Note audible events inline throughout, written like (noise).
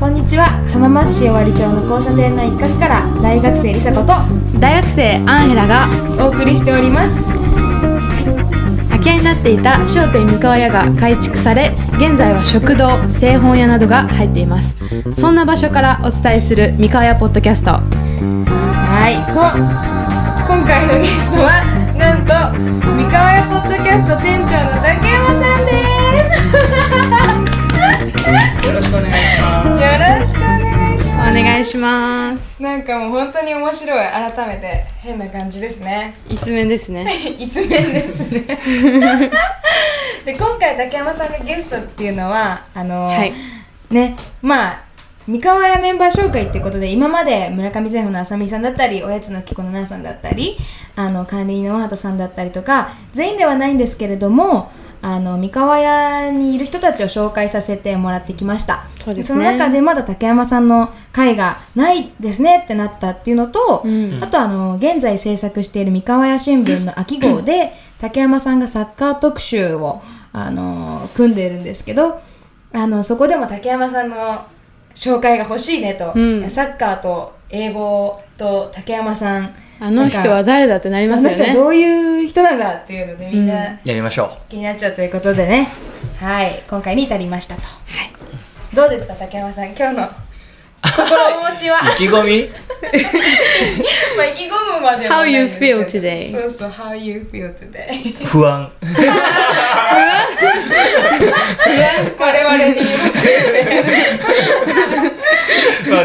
こんにちは浜松市尾張町の交差点の一角から大学生りさこと大学生アンヘラがお送りしております空き家になっていた商店三河屋が改築され現在は食堂製本屋などが入っていますそんな場所からお伝えする三河屋ポッドキャストはいこ今回のゲストはなんと三河屋ポッドキャスト店長の竹山さんですよろしくお願いしますよろしくお願いしおま願いしますすなんかもう本当に面白い改めて変な感じですね一面ですね (laughs) 一面ですねで今回竹山さんがゲストっていうのはあのはいねまあ三河屋メンバー紹介っていうことで今まで村上政府の浅見さんだったりおやつのきこのなさんだったりあの管理人の大畑さんだったりとか全員ではないんですけれどもあの三河屋にいる人たちを紹介させてもらってきましたそうですのね中でまだ竹山さんの回がないですねってなったっていうのと、うんあとあの現在制作している三河屋新聞の秋号で竹山さんがサッカー特集をあの組んでいるんですけどあのそこでも竹山さんの紹介が欲しいねと、うんサッカーと英語と竹山さんあの人はなんか誰だってなりますよその人は (laughs) ねどういう人なんだっていうのでみんな、うんやりましょう気になっちゃうということでねはい今回に至りましたと、どうですか竹山さん今日の心持ち (laughs) は意気 (laughs) 込みまあ意気込むまでも How you feel ないんですけ today? どそうそう How you feel today (laughs) 不安我々にまあでも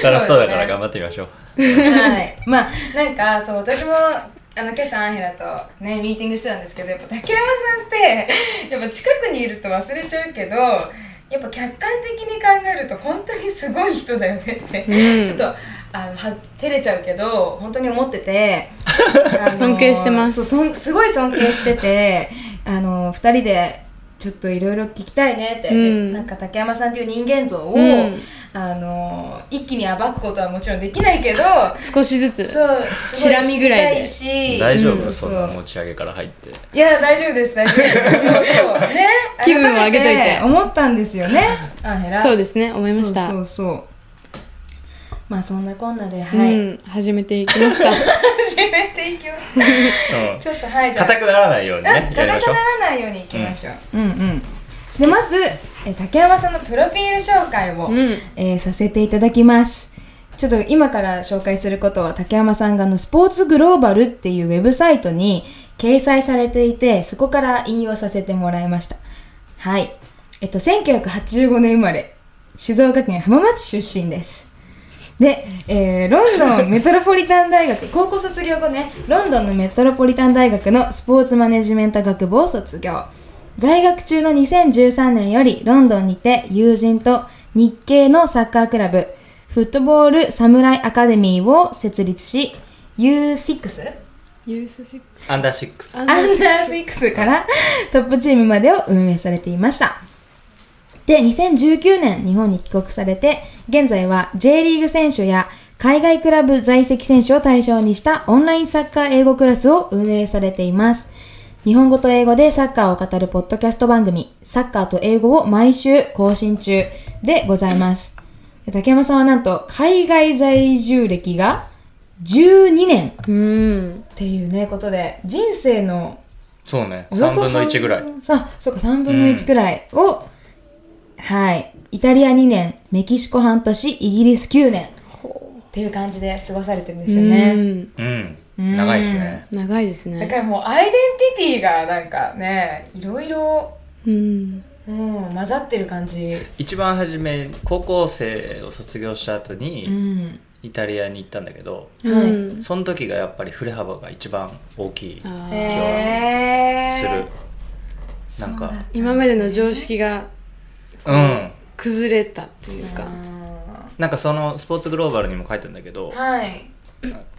はい楽しそうそうでだかすねら頑張ってみましょうはいまあなんかそう私もあの今朝アンヘラとねミーティングしてたんですけどやっぱ竹山さんって (laughs) やっぱ近くにいると忘れちゃうけどやっぱ客観的に考えると本当にすごい人だよねって、うんちょっとあのは照れちゃうけど本当に思って (laughs) てあの尊敬してまそすうそんすごい尊敬しててあの2人でちょっといろいろ聞きたいねって、でうんなんか竹山さんっていう人間像を、うんあの一気に暴くことはもちろんできないけど少しずつそう、チラ見ぐらいですご知りたし大丈う夫んそそんなう持ち上げから入っていや、大丈夫です、大丈夫 (laughs) です。そうそうね、気分を上げといて改め思ったんですよね。あ、へら。そうでですね思いましそたうそうそう。まあ、そんなこんなで、うはい。ん始めていきますか (laughs) 始めていきます。うんちょっと、はい、じゃあ。硬くならないようにうんねやりま硬しくょうならないようにいきましょう。うん、うん。で、まず、え竹山さんのプロフィール紹介を。うんえーさせていただきます。ちょっと今から紹介することは竹山さんがあのスポーツグローバルっていうウェブサイトに掲載されていてそこから引用させてもらいました。はい。えっと1985年生まれ静岡県浜松市出身です。で、えーロンドンメ (laughs) トロポリタン大学高校卒業後ねロンドンのメトロポリタン大学のスポーツマネジメント学部を卒業在学中の2013年よりロンドンにて友人と日系のサッカークラブフットボールサムライアカデミーを設立し U6? ユースシックアンダーシックスアアンンダダーーシックスシックスからトップチームまでを運営されていました。で、2019年日本に帰国されて、現在は J リーグ選手や海外クラブ在籍選手を対象にしたオンラインサッカー英語クラスを運営されています。日本語と英語でサッカーを語るポッドキャスト番組、サッカーと英語を毎週更新中でございます。で竹山さんはなんと海外在住歴が12年っうんていうね、ことで、人生のそうねおよ3そ分の1ぐらい半分さそうか3分の1ぐらいを、はいイタリア2年メキシコ半年イギリス9年っていう感じで過ごされてるんですようねんうんん長いですね長いですだねからもうアイデンティティがなんかねいろいろ、うんうん、混ざってる感じ一番初め高校生を卒業した後うにんイタリアに行ったんだけどはいうんその時がやっぱり振れ幅が一番大きいあーへすえるなんか今までの常識がうん崩れたというかなんかそのスポーツグローバルにも書いてんだけどはい、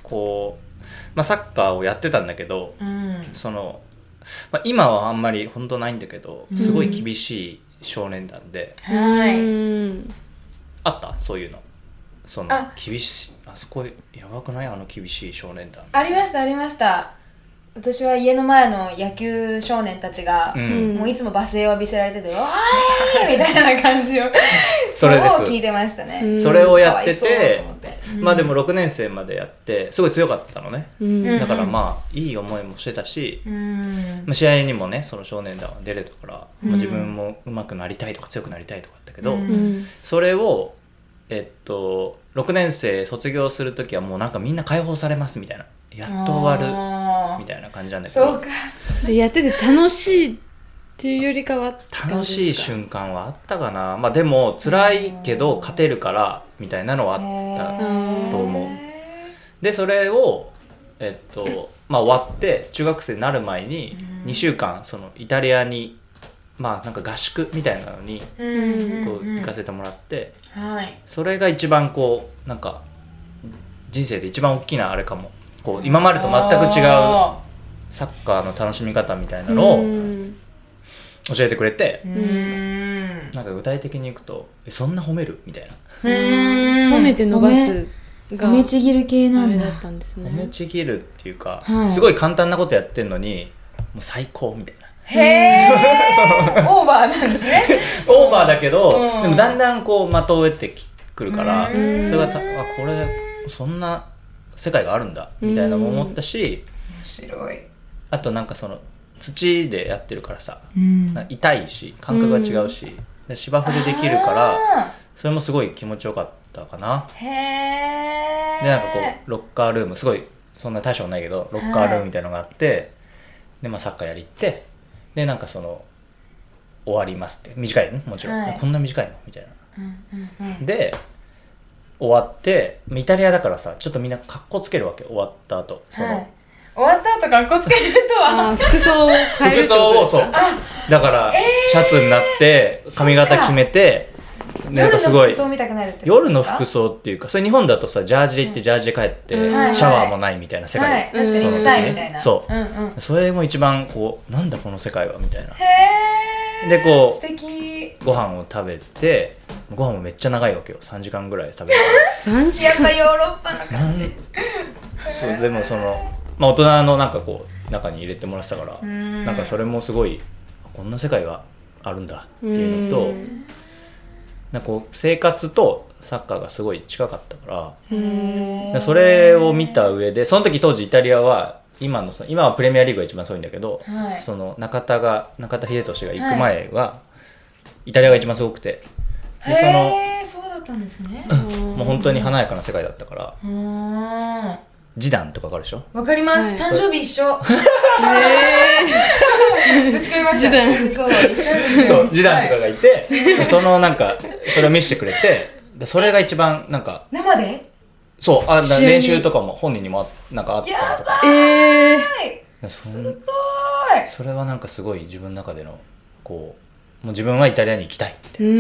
こうまあサッカーをやってたんだけどうん、その、まあ、今はあんまり本当ないんだけどうんすごい厳しい少年団で、はういんあったそういうのそのあ厳しいあそこやばくないあの厳しい少年団ありましたありました私は家の前の野球少年たちが、うんもういつも罵声を浴びせられ (laughs) てて「わーい!」みたいな感じをそれですを聞いてましたね、うんそれをやってかわいそうてと思ってまあでも6年生までやってすごい強かったのねうんうんだからまあいい思いもしてたし、うんまあ、試合にもねその少年団は出れたから、うんまあ、自分も上手くなりたいとか強くなりたいとかあったけど、ううんんそれをえっと6年生卒業する時はもうなんかみんな解放されますみたいなやっと終わわるみたいな感じなんだけそうどかでやってて楽しいっていうよりかはって感じ楽しいですか瞬間はあったかなまあでも辛いけど勝てるからみたいなのはあったと思うでそれをえっとまあ終わって中学生になる前にうん2週間そのイタリアにまあなんか合宿みたいなのにへーこう行かせせてもらってはいそれが一番こうなんか人生で一番大きなあれかもこう今までと全く違うあサッカーの楽しみ方みたいなのうをん教えてくれてーうんなんか具体的にいくと「えそんな褒める?」みたいな褒めて伸ばすが褒めちぎる系なあんれだだったんですね褒めちぎるっていうか、はいすごい簡単なことやってんのにもう最高みたい (laughs) へなえオーバーなんです (laughs) ねオーバーだけど、うんでもだんだんこう的を得てくるから、うんそれがたあこれそんな世界があるんだみたいなのも思ったし、面白いあとなんかその土でやってるからさうんなんか痛いし感覚が違うし、で芝生でできるからあそれもすごい気持ちよかったかな。ーへえでなんかこうロッカールームすごいそんな大したことないけどロッカールームみたいなのがあって、でまあサッカーやりってでなんかその終わりますって短いのもちろん、はいこんな短いのみたいなうんうんうんで終わってイタリアだからさちょっとみんなかっこつけるわけ終わった後その、はい終わった後格好つけるとはあー服装を変える服ってこと装でをすかそうだからシャツになって髪型決めてなん夜かのすごい服装見たくなるってことですか夜の服装っていうかそれ日本だとさジャージで行ってジャージで帰って、うんはいシャワーもないみたいな世界、はい確かに臭いみたいなそううんうんそれも一番こうなんだこの世界はみたいなへえでこう素敵ご飯を食べてご飯もめっちゃ長いわけよ3時間ぐらい (laughs) 食べて三時やっぱヨーロッパの感じそうでもその、まあ、大人のなんかこう中に入れてもらってたからうんなんかそれもすごいこんな世界があるんだっていうのとうんなんかこう生活とサッカーがすごい近かったからへーそれを見た上でその時当時イタリアは今のその今はプレミアリーグが一番すごいんだけど、はいその中田が中田英寿が行く前は、イタリアが一番すごくてでそのへえそうだったんですねもう本当に華やかな世界だったからうーん示談とかわかるで (laughs) しょわかります、はい誕生日一緒ぶち込みまし (laughs) 時短たそう一緒ですそう示談とかはいがいて、でそのなんかそれを見せてくれてでそれが一番なんか生でそうあ試合に練習とかも本人にもあなんかあったとかえはーいでそすんごいそれはなんかすごい自分の中でのこうもう自分はイタリアに行きたいみたいうー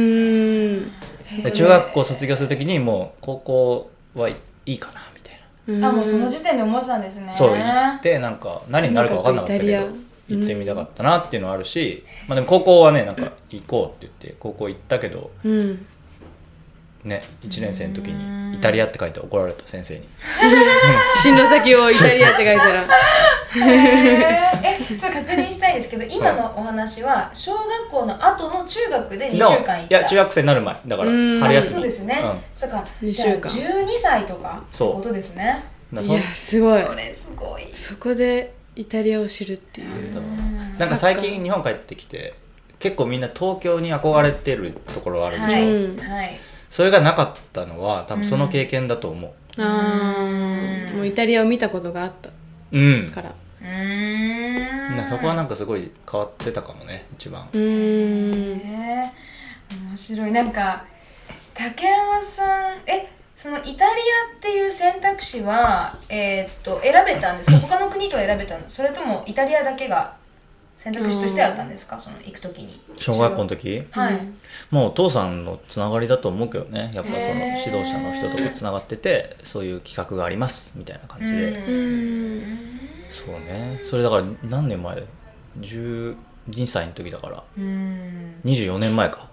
んなで中学校卒業するときにもう高校はいいいかなみたいなあもうその時時点で思ってたんですねそう行ってなんか何になるか分かんなかったけどなんかイタリア行ってみたかったなっていうのはあるし、まあ、でも高校はねなんか行こうって言って高校行ったけどうんね1年生の時に「イタリア」って書いて怒られた先生に進路先をイタリアって書いたらへーえちょっと確認したいんですけど今のお話は小学校の後の中学で2週間行ったいや中学生になる前だからうん春あ休みそうですよね、うんそっか二じ週ゃあ間12歳とかってそうことですねだいからやすごいそれすごいそこでイタリアを知るっていうそんなんか最近日本帰ってきて結構みんな東京に憧れてるところあるでしょ、はい、うんはいそれがなかったのは多分その経験だと思あーもうイタリアを見たことがあったううん、からうーんなそこはなんかすごい変わってたかもね一番うーんね面白いなんか竹山さんえそのイタリアっていう選択肢はえーっと選べたんですか他の国とは選べたのそれともイタリアだけが選択肢としてあったんですかその行く時に小学校の時はい、もうお父さんのつながりだと思うけどねやっぱそのへー指導者の人とつながっててそういう企画がありますみたいな感じで、うーんそうねそれだから何年前12歳の時だからうんうん24年前か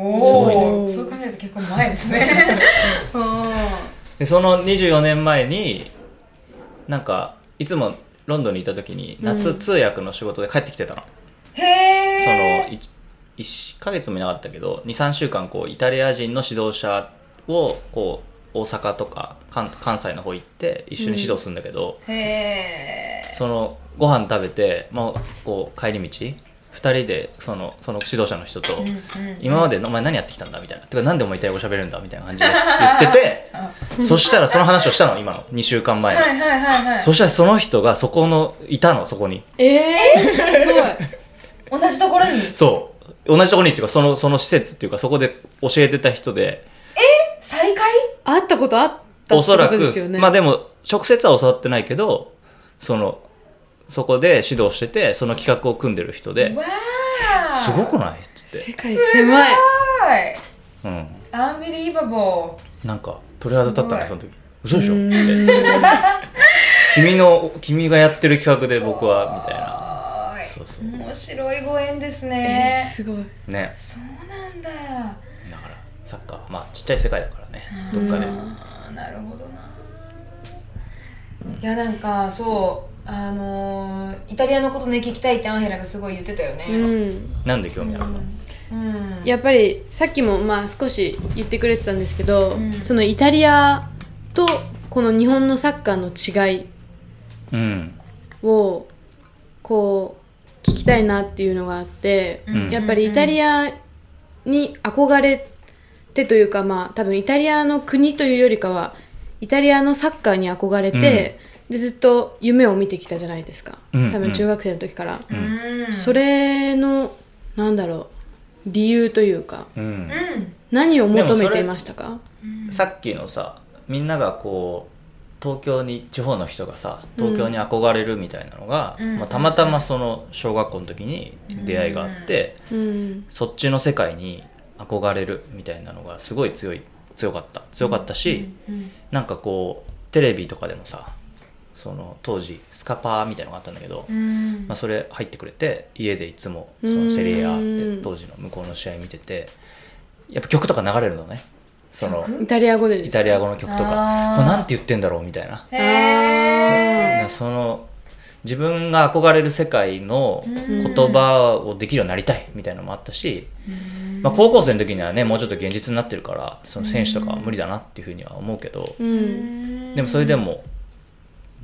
おお、すそごういね考えると結構前ですね (laughs) うんでその24年前になんかいつもロンドンにいた時に夏うん通訳の仕事で帰ってきてたの、そのへえ。 1ヶ月もいなかったけど23週間こうイタリア人の指導者をこう大阪とか関関西の方行って一緒に指導するんだけど、へえ。そのご飯食べて、まあ、こう帰り道2人でそのその指導者の人とうんうん「今までお前何やってきたんだ?」みたいな「てか何でお前イタリア語喋れるんだ?」みたいな感じで言っててそしたらその話をしたの今の2週間前に、はいはいはいはい。そしたらその人がそこのいたのそこにえー、す同じところにそう同じとこにっていうかそのその施設っていうかそこで教えてた人で再会？ごい会ったことあったおそらってこく、とですよねまあでも直接は教わってないけどそのそこで指導しててその企画を組んでる人でわ「あ。すごくない?」っつっ世て、界狭いうん、アンビリーバボなんか鳥肌立ったねすそごの時嘘でしょって (laughs) 君の君がやってる企画で僕はみたいなー。そうそう面白いご縁ですえーね。すごいねそうなんだ。だからサッカーまあちっちゃい世界だからねどっかであーなるほどな。いやなんかそうあのーイタリアのことね聞きたいってアンヘラがすごい言ってたよね。うんなんで興味あるのうん。やっぱりさっきもまあ少し言ってくれてたんですけど、うんそのイタリアとこの日本のサッカーの違いうんをこう聞きたいなっていうのがあって、うんやっぱりイタリアに憧れてというかまあ多分イタリアの国というよりかはイタリアのサッカーに憧れて、でずっと夢を見てきたじゃないですか、うん多分中学生の時から、うん。それのなんだろう理由というかうんうん。何をでも求めそてれいましたかさっきのさみんながこう東京に地方の人がさ東京に憧れるみたいなのが、うんまあ、たまたまその小学校の時に出会いがあって、うんそっちの世界に憧れるみたいなのがすごい強い強かった強かったし、うんなんかこうテレビとかでもさその当時スカパーみたいなのがあったんだけど、うんまあ、それ入ってくれて家でいつもそのセリエ A って当時の向こうの試合見ててやっぱ曲とか流れるのねその曲イタリア語ででイすかタリア語の曲とかあーこれなんて言ってんだろうみたいなへなんえか。その自分が憧れる世界の言葉をできるようになりたいみたいなのもあったし、まあ、高校生の時にはねもうちょっと現実になってるからその選手とかは無理だなっていうふうには思うけどううんんでもそれでも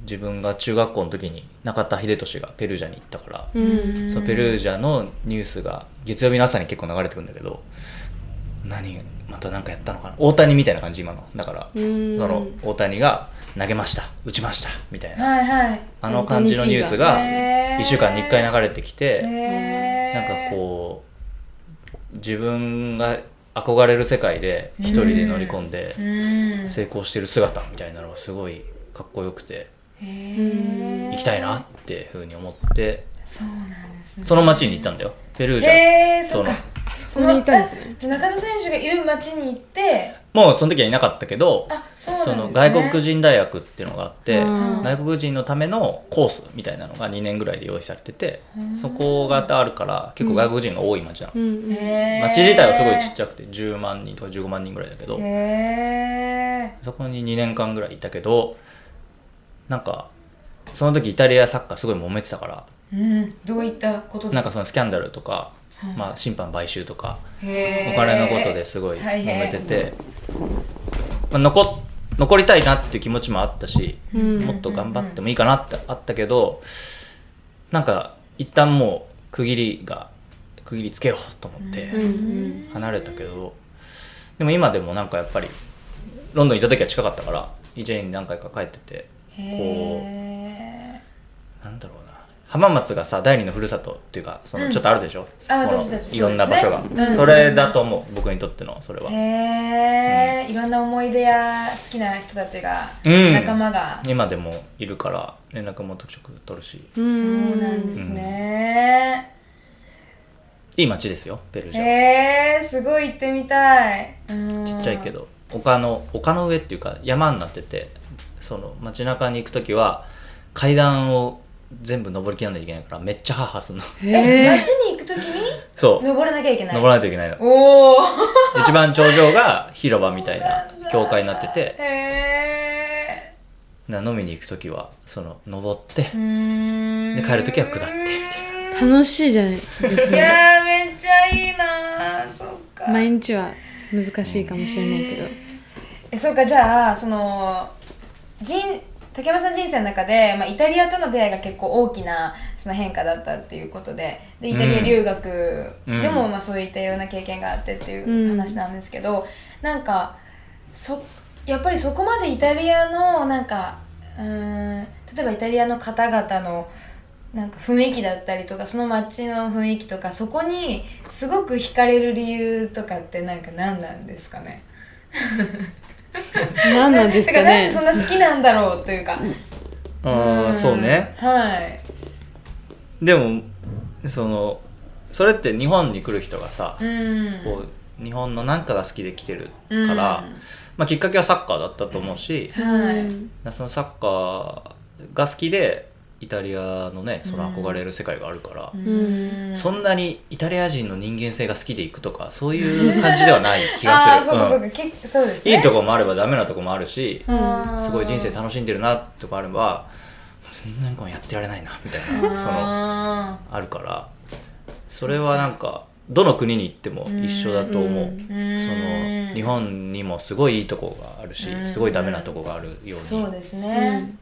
自分が中学校の時に中田英寿がペルージャに行ったから、うんそのペルージャのニュースが月曜日の朝に結構流れてくるんだけど何また何かやったのかな大谷みたいな感じ今のだから、うんその大谷が投げました打ちましたみたいなはいはい。あの感じのニュース大が谷フィーバーへー1週間に1回流れてきて、へなんーかこう自分が憧れる世界で一人で乗り込んでうん。成功してる姿みたいなのがすごいかっこよくてへー行きたいなっていうふうに思ってそうなんですね。その町に行ったんだよペルージャへえ、そっかそ。そそこにいたんですねえじゃあ中田選手がいる町に行って、もうその時はいなかったけどあ、そうなんですね。の外国人大学っていうのがあってうん外国人のためのコースみたいなのが2年ぐらいで用意されててうんそこがあるから結構外国人が多い町なのうんへー。町自体はすごいちっちゃくて10万人とか15万人ぐらいだけどへそこに2年間ぐらいいたけどなんかその時イタリアサッカーすごい揉めてたからーうん。どういったことなんか、かそのスキャンダルとか、うんまあ、審判買収とかおお金のことですごい大揉変めてて、まあ、残残りたいなっていう気持ちもあったし、うんもっと頑張ってもいいかなってあったけどなんか一旦もう区切りが区切りつけようと思って。うんうん離れたけどでも今でもなんかやっぱりロンドンにいた時は近かったからイジェイに何回か帰っててこへうなんだろうな浜松がさ第二のふるさとっていうかそのちょっとあるでしょ、そこの私たちいろんな場所がそそ,、うですねうんれだと思う僕にとってのそれーは、へーいろんな思い出や好きな人たちが、うん仲間が、今でもいるから連絡も特色取るしそうなんですね、いい街ですよベルジャはへーすごい行ってみたいちっちゃいけどど丘の丘の上っていうか山になっててその街中に行く時は階段を全部登りきらないといけないからめっちゃハーハーするの (laughs) えへー街に行くときにそう登らなきゃいけない登らないといけないのおお一番頂上が広場みたいな教会になっててへな飲みに行く時はその登ってんで帰る時は下ってみ楽しいじゃないですいねやーめっちゃいいなーそっか毎日は難しいかもしれないけどえそうかじゃあその人竹山さん人生の中で、まあ、イタリアとの出会いが結構大きなその変化だったっていうことででイタリア留学でも、うんまあ、そういったいろんな経験があってっていううん話なんですけど、なんかそやっぱりそこまでイタリアのなんかうーん例えばイタリアの方々のなんか雰囲気だったりとかその街の雰囲気とかそこにすごく惹かれる理由とかってなんか何なんですかね何なんですだからなんでねそんな好きなんだろうというか。ああそうねはい。でもそのそれって日本に来る人がさ、うん。こう日本の何かが好きで来てるから、うんまあ、きっかけはサッカーだったと思うし、はいうんそのサッカーが好きでイタリアのねその憧れる世界があるから、うんそんなにイタリア人の人間性が好きで行くとかそういう感じではない気がす (laughs) あーそうかそうる。うんか、けそうですね。いいとこもあればダメなとこもあるしあーすごい人生楽しんでるなとかあれば全然こうやってられないなみたいなそのああるからそれはなんかどの国に行っても一緒だと思う。ーうんその日本にもすごいいいとこがあるしうんすごいダメなとこがあるようにそうですね。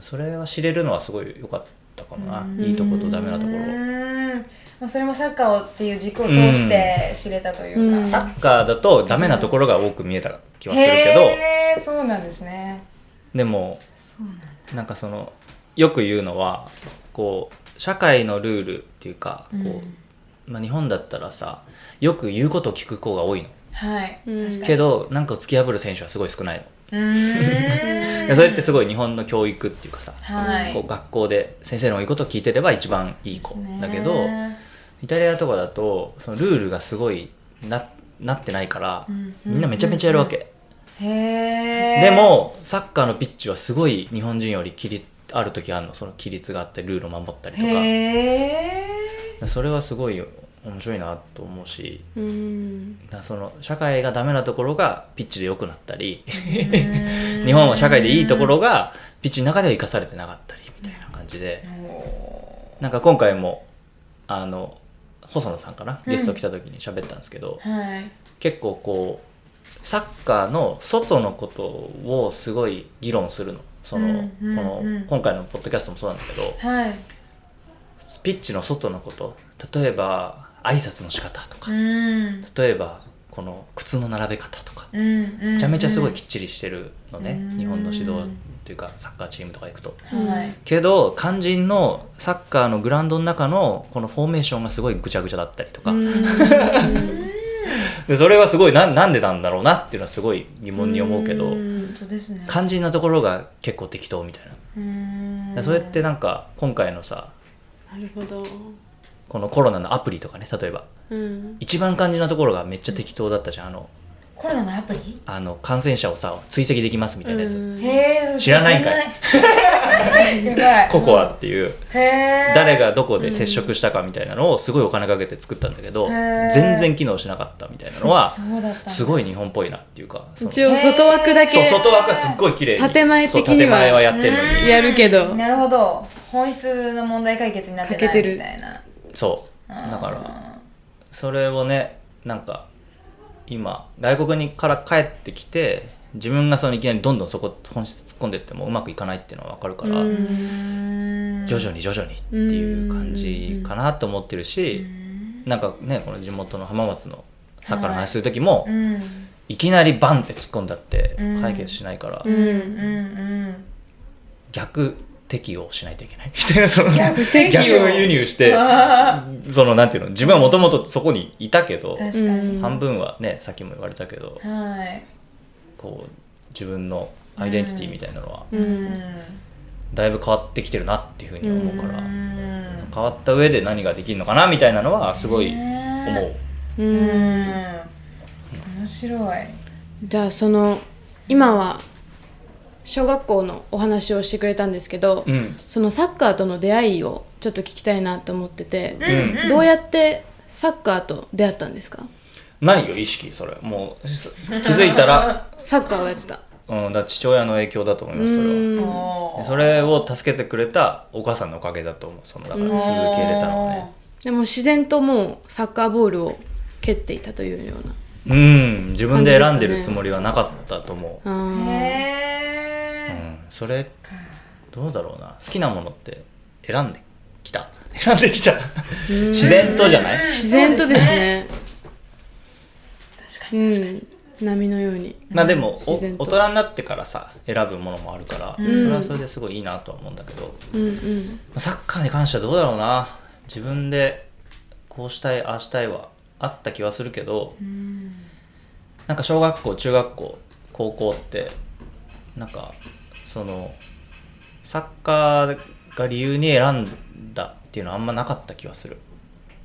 それは知れるのはすごい良かったかもな、うんいいとことダメなところうをんまあそれもサッカーをっていう軸を通して知れたというか。うんサッカーだとダメなところが多く見えた気はするけどへえ、そうなんですね。でもそうなんだ。なんかそのよく言うのはこう社会のルールっていうかこう、うんまあ、日本だったらさよく言うことを聞く子が多いのはい。うん確かけに。どなんか突き破る選手はすごい少ないの、うーんでそれってす (laughs) ごい日本の教育っていうかさ、はい。こう学校で先生の言うことを聞いてれば一番いい子だけど、イタリアとかだとそのルールがすごいななってないから、んみんなめちゃめちゃやるわけ、へえ。でもサッカーのピッチはすごい日本人より規律ある時あるのその規律があってルールを守ったりとかへえ。それはすごい面白いなと思うしうんだからその社会がダメなところがピッチで良くなったり日日本は社会でいいところがピッチの中では生かされてなかったりみたいな感じでなんか今回もあの細野さんかなゲスト来た時に喋ったんですけど、はい結構こうサッカーの外のことをすごい議論するのその、うんうんこうのん今回のポッドキャストもそうなんだけどはいピッチの外のこと例えば挨拶の仕方とか、うん例えばこの靴の並べ方とか、うんうんめちゃめちゃすごいきっちりしてるのね、うん日本の指導というかサッカーチームとか行くと。はいけど肝心のサッカーのグラウンドの中のこのフォーメーションがすごいぐちゃぐちゃだったりとか、でそれはすごいななんでなんだろうなっていうのはすごい疑問に思うけど、本当ですね肝心なところが結構適当みたいな、うんそれってなんか今回のさなるほどこのコロナのアプリとかね例えばうん一番肝心なところがめっちゃ適当だったじゃんあのコロナのアプリあの感染者をさ追跡できますみたいなやつ、うんへえ知らないんかい知らない (laughs) やばいココアっていう、へえ誰がどこで接触したかみたいなのをすごいお金かけて作ったんだけど、へー全然機能しなかったみたいなのはそうだったすごい日本っぽいなっていうかその一応外枠だそうけ外枠はすっごい綺麗に建前的にはそう建前はやってるのに、やるけどなるほど本質の問題解決になって欠なけているみたいなそうあーだからそれをねなんか今外国にから帰ってきて自分がそのいきなりどんどんそこ本質突っ込んでってもうまくいかないっていうのは分かるから、うん徐々に徐々にっていう感じかなと思ってるし、なんかねこの地元の浜松のサッカーの話する時も、うんいきなりバンって突っ込んだってうん解決しないから、ううんん逆適応しないといけ (laughs) ないみたいなその逆不適逆応輸入してそのなんていうの自分はもともとそこにいたけどうん確かに、半分はねさっきも言われたけど、はいこう自分のアイデンティティみたいなのはううんんだいぶ変わってきてるなっていうふうに思うから、うん変わった上で何ができるのかなみたいなのはすごい思う、ううんん面白いじゃあその今は小学校のお話をしてくれたんですけど、うんそのサッカーとの出会いをちょっと聞きたいなと思ってて、んどうやってサッカーと出会ったんですかないよ意識それもうし気づいたら (laughs) サッカーをやってたうん、だから父親の影響だと思いますそれは。うんおーそれを助けてくれたお母さんのおかげだと思うそのだから続けれたのはねでも自然ともうサッカーボールを蹴っていたというようなうん自分で選んでるつもりはなかったと思う、あおーーうへん、それどうだろうな好きなものって選んできた (laughs) 選んできた自然とじゃない自然とですね確かうにん波のようにまあでもお自大然と人になってからさ選ぶものもあるから、うんそれはそれですごいいいなとは思うんだけどうんうんサッカーに関してはどうだろうな自分でこうしたいああしたいはあった気はするけど、なんか小学校中学校高校ってなんかそのサッカーが理由に選んだっていうのはあんまなかった気はする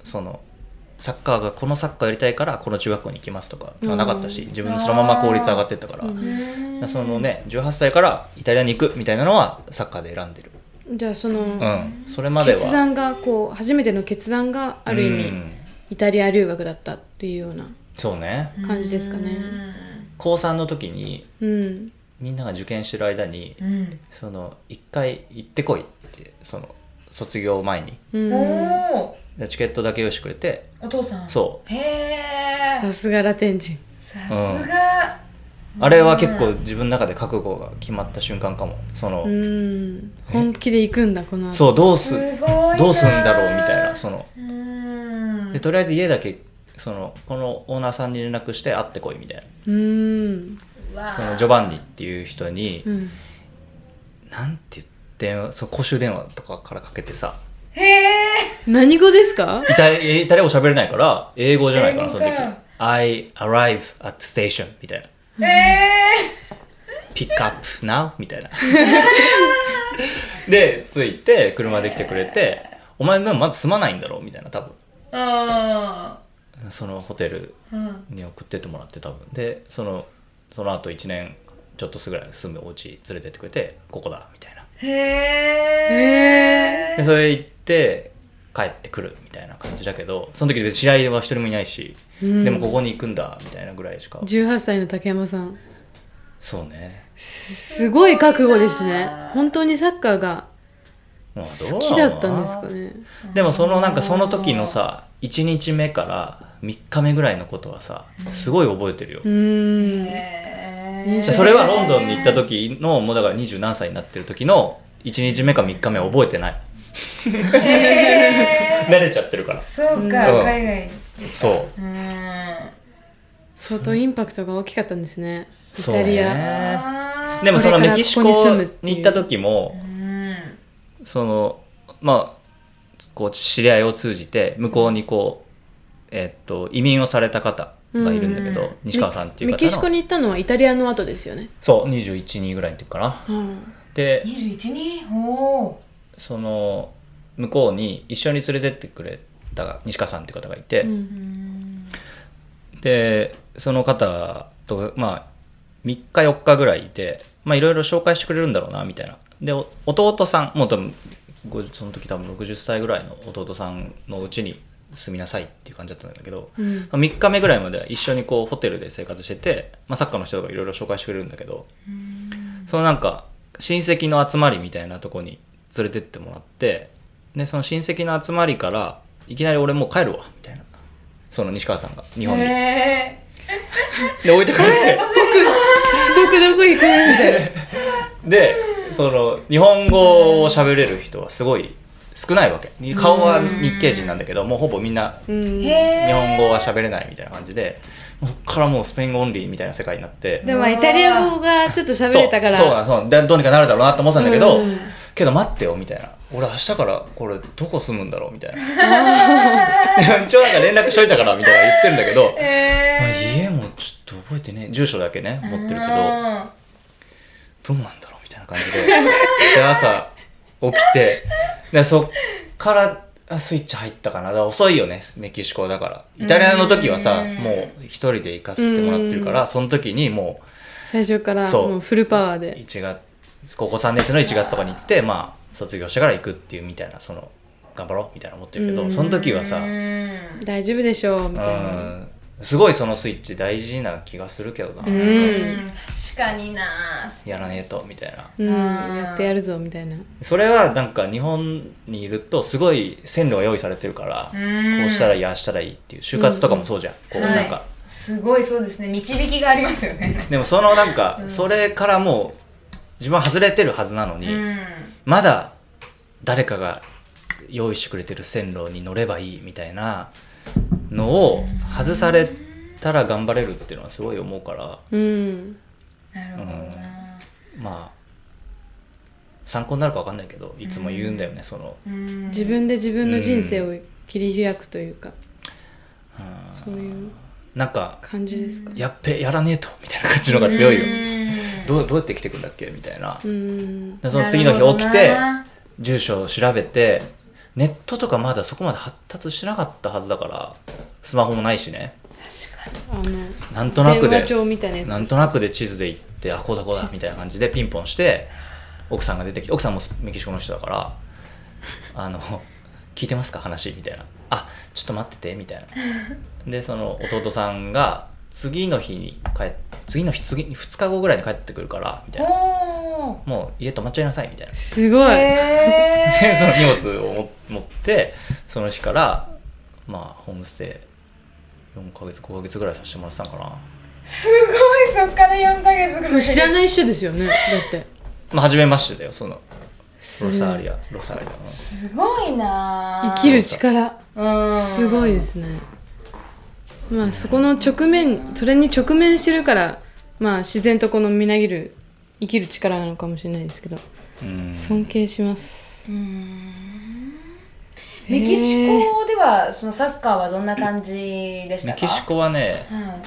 そのサッカーがこのサッカーやりたいからこの中学校に行きますとかはなかったし、自分そのまま効率上がってったから,、うんそのね18歳からイタリアに行くみたいなのはサッカーで選んでるじゃあその、うん、それまでは決断がこう初めての決断がある意味、うんイタリア留学だったっていうようなそうね感じですかね高3の時にうんみんなが受験してる間にうんその一回行ってこいってその卒業前にうんおーでチケットだけ用意してくれてお父さんそうへえさすがラテン人さすがあれは結構自分の中で覚悟が決まった瞬間かもその、うん本気で行くんだこの後そうどうすすごいなどうすんだろうみたいなそのうんでとりあえず家だけそのこのオーナーさんに連絡して会ってこいみたいなうんわあそのジョバンニっていう人に、うんなんて言って電話そう公衆電話とかからかけてさへえ何語ですかイタリイタリア語喋れないから英語じゃないかな英語そかの時 I arrive at station みたいなへえ Pick up now みたいなで着いて車で来てくれてお前でもまず住まないんだろうみたいな多分あそのホテルーうんに送ってってもらって多分でそのその後1年ちょっとすぐらい住むお家連れてってくれてここだみたいなへでえそれ行って帰ってくるみたいな感じだけどその時別に知り合いは一人もいないし、うんでもここに行くんだみたいなぐらいしか18歳の竹山さんそうねすごい覚悟ですね本当にサッカーがまあど好うきなだのったんですかねでもそのなんかその時のさ1日目から3日目ぐらいのことはさすごい覚えてるよ、うんへそれはロンドンに行った時のもうだから二十何歳になってる時の1日目か3日目は覚えてないーへ (laughs) ー慣れちゃってるからそううかん海外そううん相当インパクトが大きかったんですねイそうタリア、ねあーでもそのメキシコこれからここに住むっていうに行った時もうんそのまあこう知り合いを通じて向こうにこうえっと移民をされた方がいるんだけど、うん西川さんっていうメキシ方コのに行ったのはイタリアの後ですよね、そう21人ぐらいの時かなうんで21人おーその向こうに一緒に連れてってくれた西川さんっていう方がいて、でその方とまあ3日4日ぐらいいてまあいろいろ紹介してくれるんだろうなみたいなでお弟さんもう多分ごその時多分60歳ぐらいの弟さんのうちに住みなさいっていう感じだったんだけど、うんまあ3日目ぐらいまでは一緒にこうホテルで生活してて、まあ、サッカーの人とかいろいろ紹介してくれるんだけどそのなんか親戚の集まりみたいなとこに連れてってもらってでその親戚の集まりからいきなり俺もう帰るわみたいなその西川さんが日本にへで置いてかれーてこそ僕どこ行くみた (laughs) いなでその日本語を喋れる人はすごい少ないわけ顔は日系人なんだけどもうほぼみんなうれんへー日本語は喋れないみたいな感じでもうそっからもうスペイン語オンリーみたいな世界になってでもまあイタリア語がちょっと喋そうれたからそうなのそうでどうにかなるだろうなと思ってたんだけど、うんけど待ってよみたいな俺明日からこれどこ住むんだろうみたいな (laughs) 一応なんか連絡しといたからみたいな言ってるんだけど、へえまあ家もちょっと覚えてね住所だけね持ってるけど、どうなんだろうみたいな感じでで朝起きてでそっからあスイッチ入ったかなだから遅いよねメキシコだからイタリアの時はさうんもう一人で行かせてもらってるからその時にも最初からそうもうフルパワーうで1月高校3年生の1月とかに行ってまあ卒業してから行くっていうみたいなその頑張ろうみたいな思ってるけうどんその時はさうん大丈夫でしょうみうたいな、んすごいそのスイッチ大事な気がするけどな、う、うんん確かになやらねえとみたいなうん、あーやってやるぞみたいなそれはなんか日本にいるとすごい線路が用意されてるから、んこうしたらいいああしたらいいっていう就活とかもそうじゃん、こうはいなんか、すごいそうですね導きがありますよねでもそのなんか、それからもう自分は外れてるはずなのうに、んまだ誰かが用意してくれてる線路に乗ればいいみたいなのを外されたら頑張れるっていうのはすごい思うからうんなるほどなまあ参考になるか分かんないけどいつも言うんだよね、そのうん自分で自分の人生を切り開くというか、そういうなんか感じですかやっべやらねえとみたいな感じの方が強いよ、うんどうどうやって来てくんだっけみたいな、うんでその次の日起きてなるほどな住所を調べてネットとかまだそこまで発達しなかったはずだからスマホもないしね確かあのなんとなく電で話帳みたいなやつなんとなくで地図で行ってあこうだこうだみたいな感じでピンポンして奥さんが出てきて奥さんもメキシコの人だ (laughs) からあの聞いてますか話みたいなあちょっと待っててみたいなでその弟さんが次の日に帰っ次の日次2日後ぐらいに帰ってくるからみたいになおーもう家泊まっちゃいなさいみたいなすごい、へー (laughs) でその荷物をも持ってその日からまあホームステイ4ヶ月5ヶ月ぐらいさせてもらってたのかなすごいそっから4ヶ月ぐもらうい知らない人ですよねだってまあ初めましてだよそのロすサーリアロサーリア (laughs) すごいな生きる力うんすごいですねまあそこの直面それに直面してるからまあ自然とこのみなぎる生きる力なのかもしれないですけどうん尊敬しますメキシコではそのサッカーはどんな感じでしたメかキシコはねは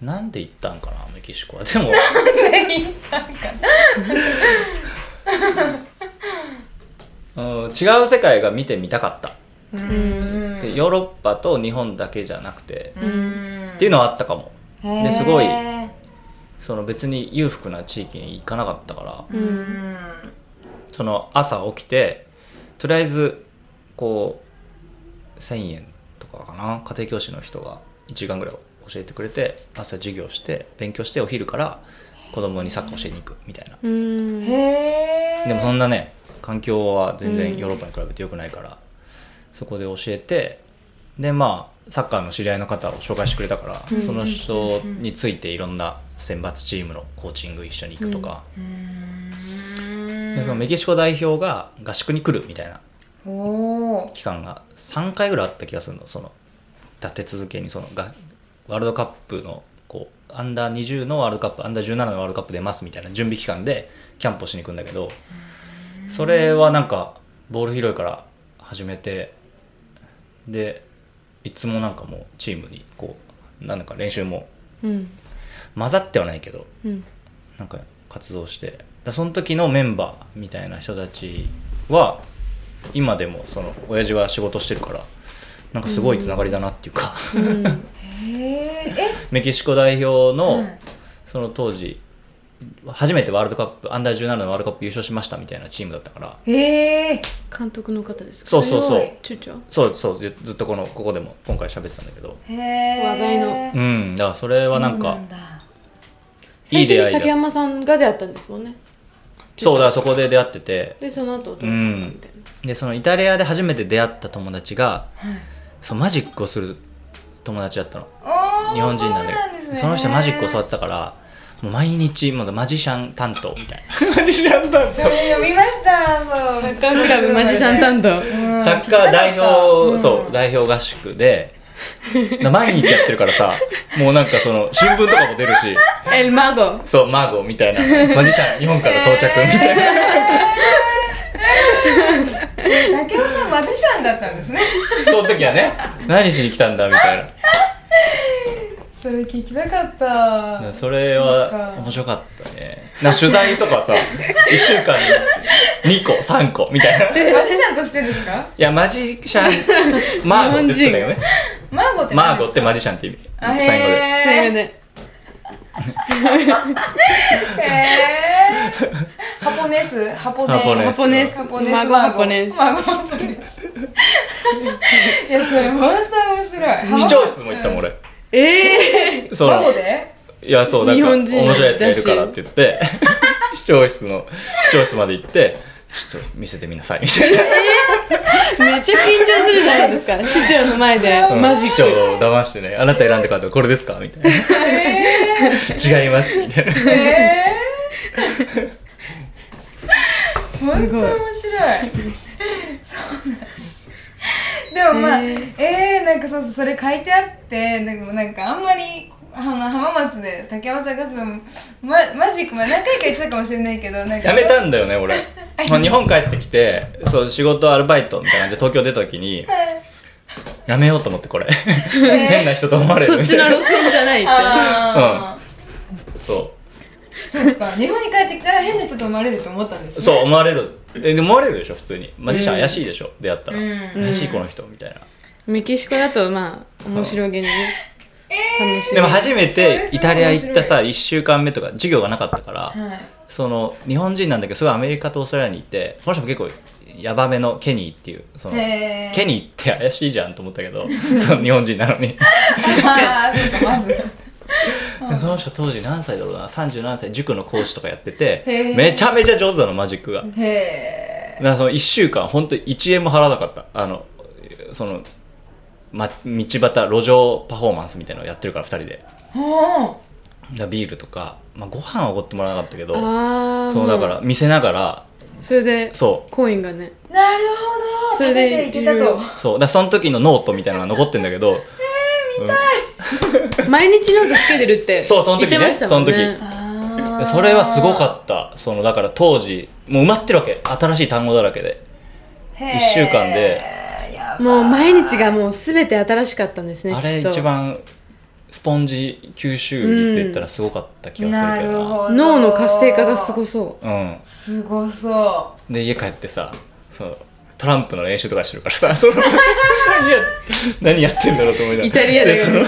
いなんで行ったんかなメキシコはでもうん違う世界が見てみたかった、うんでヨーロッパと日本だけじゃなくて、うんっていうのはあったかもへーですごいその別に裕福な地域に行かなかったから、うんその朝起きてとりあえずこう1,000円とかかな家庭教師の人が1時間ぐらい教えてくれて朝授業して勉強してお昼から子供にサッカー教えに行くみたいなうんへえでもそんなね環境は全然ヨーロッパに比べて良くないから、そこで教えてでまあサッカーの知り合いの方を紹介してくれたから、その人についていろんな選抜チームのコーチング一緒に行くとか、でそのメキシコ代表が合宿に来るみたいなおー期間が3回ぐらいあった気がするのその立て続けにそのがワールドカップのこうアンダー20のワールドカップアンダー17のワールドカップ出ますみたいな準備期間でキャンプをしに行くんだけどそれはなんかボール拾いから始めてでいつもなんかもうチームにこうなんだか練習もうん混ざってはないけどうんなんか活動してだその時のメンバーみたいな人たちは今でもその親父は仕事してるからなんかすごいつながりだなっていうか、へーえメキシコ代表の、うんその当時初めてワールドカップアンダー1 7のワールドカップ優勝しましたみたいなチームだったからえー監督の方ですかそうそうそ強うい中長そうそうずずっとこのここでも今回喋ってたんだけどへえ話題のうんだからそれはなんそうかなんだい最い初出会にいだ竹山さんが出会ったんですもんねそうだからそこで出会っててでその後お父さんがみたいなでそのイタリアで初めて出会った友達が、そうマジックをする友達だったのおー日本人なそんうでなんですねその人マジックを教わってたからもう毎日まだマジシャン担当みたいなマジシャン担それ読みましたそうサッカークラブマジシャン担当当 (laughs) サッカー代表、そう代表合宿で毎日やってるからさもうなんかその新聞とかも出る (laughs) しエルマゴそうマーゴみたいなマジシャン日本から到着みた (laughs) いな、竹雄さんマジシャンだったん (laughs) ですねその時はね何しに来たんだみたいなそれ聞きたかった (laughs) ねそれそうはか面白かったねな取材と (laughs) かさ1週間に2個3個みたいないマジシャンとしてですかやマジシャンマーゴって言ってたよねマーゴってマ何ーでゴすっかてマジシャンって意味あスペイン語でへーそれでえー、ハポネスハポネハポネハポネスハポネス孫ハポネス孫ハポネ (laughs) スいやそれ本当面白い視聴室も行ったもん俺ええそうなの孫でいやそうだ日から本面人白いやつがいるからって言って (laughs) 視聴室の視聴室まで行ってちょっと見せてみなさい (laughs) みたいなめっちゃ緊張するじゃないですか市長の前で、うんマジ視聴を騙してねあなた選んだカードこれですかみたい (laughs) な違いますみたいなええー、本当面白いでもまあ、ええーなんかそうそうそれ書いてあってでもなんかあんまりあの浜松で竹山さんがそのまマジック、まあ、何回か言ってたかもしれないけどなんかやめたんだよね俺まあ日本帰ってきてそう仕事アルバイトみたいな感じで東京出た時にやめようと思ってこれ (laughs) 変な人と思われるそっみちのたい路な線じゃないってああ、そそっか日本に帰ってきたら変な人と思われると思ったんですうねそう思われるえでも思われるでしょ普通にマジシャン怪しいでしょ出会ったらうん怪しいこの人みたいなメキシコだとまあ面白げにね楽しでめもる初めそれすてごいイタリア行ったさ1週間目とか授業がなかったから、はいその日本人なんだけどすごいアメリカとオーストラリアに行ってこの人も結構ヤバめのケニーっていうそのへーケニーって怪しいじゃんと思ったけどその日本人なのにあーそっかまずでその人当時何歳だろうな37歳塾の講師とかやっててへーめちゃめちゃ上手なのマジックがへえだからその1週間本当に1円も払わなかったあのその、ま、道端路上パフォーマンスみたいなのをやってるから2人でほだからビールとか、まあ、ご飯はおごってもらわなかったけどああそうだから見せながらそれでそコインがねうなるほどそれで食べていけたいろいとろうそうだからその時のノートみたいなのが残ってんだけど、毎日ノートつけてるってそうその時言ねってましたもんねその時あうんーそれはすごかったそのだから当時もう埋まってるわけ新しい単語だらけでへー一週間でやばもう毎日がもう全て新しかったんですねあれきっと一番スポンジ吸収率で言ったらすごかった気がなするけるどなほど脳の活性化がすごそううんすごそで家帰ってさそのトランプの練習とかしてるからさそ (laughs) のいや何やってんだろうと思いながらイタリアででその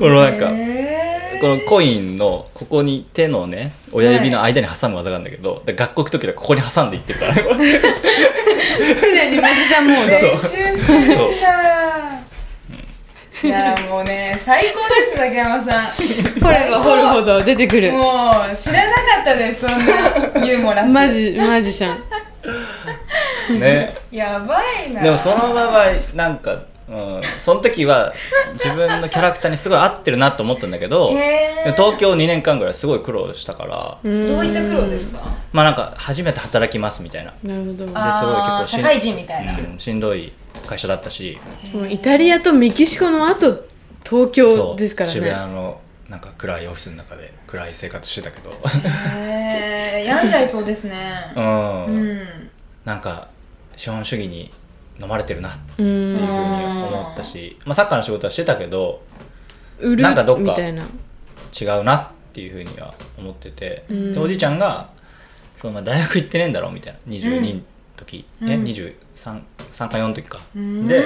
このなんかうへこのコインのここに手のね親指の間に挟む技があるんだけど、で学校行く時はここに挟んでいってるからそう常にマジシャンモードえ練習してるんだいやもうね最高です竹山 (laughs) さん掘れば掘るほど出てくるもう知らなかったですそんなユーモラス (laughs) マジマジシャンねやばいなでもそのままなんか、うん、その時は自分のキャラクターにすごい合ってるなと思ったんだけどへー東京2年間ぐらいすごい苦労したから、どういった苦労ですかまあなんか初めて働きますみたいな、なるほどあーすごい結構しん社会人みたいな、うん、しんどい会社だったしもうイタリアとメキシコの後東京ですから渋ね谷のなんか暗いオフィスの中で暗い生活してた (laughs) けどへえ病んじゃいそうですねうん、うんなんか資本主義に飲まれてるなっうていうんふうに思ったし、まあ、サッカーの仕事はしてたけど売るなんかどっかみたいな違うなっていうふうには思ってて、うんでおじいちゃんが「そのまあ大学行ってねえんだろ」みたいな22の時、うんえうん23か4の時か、うんで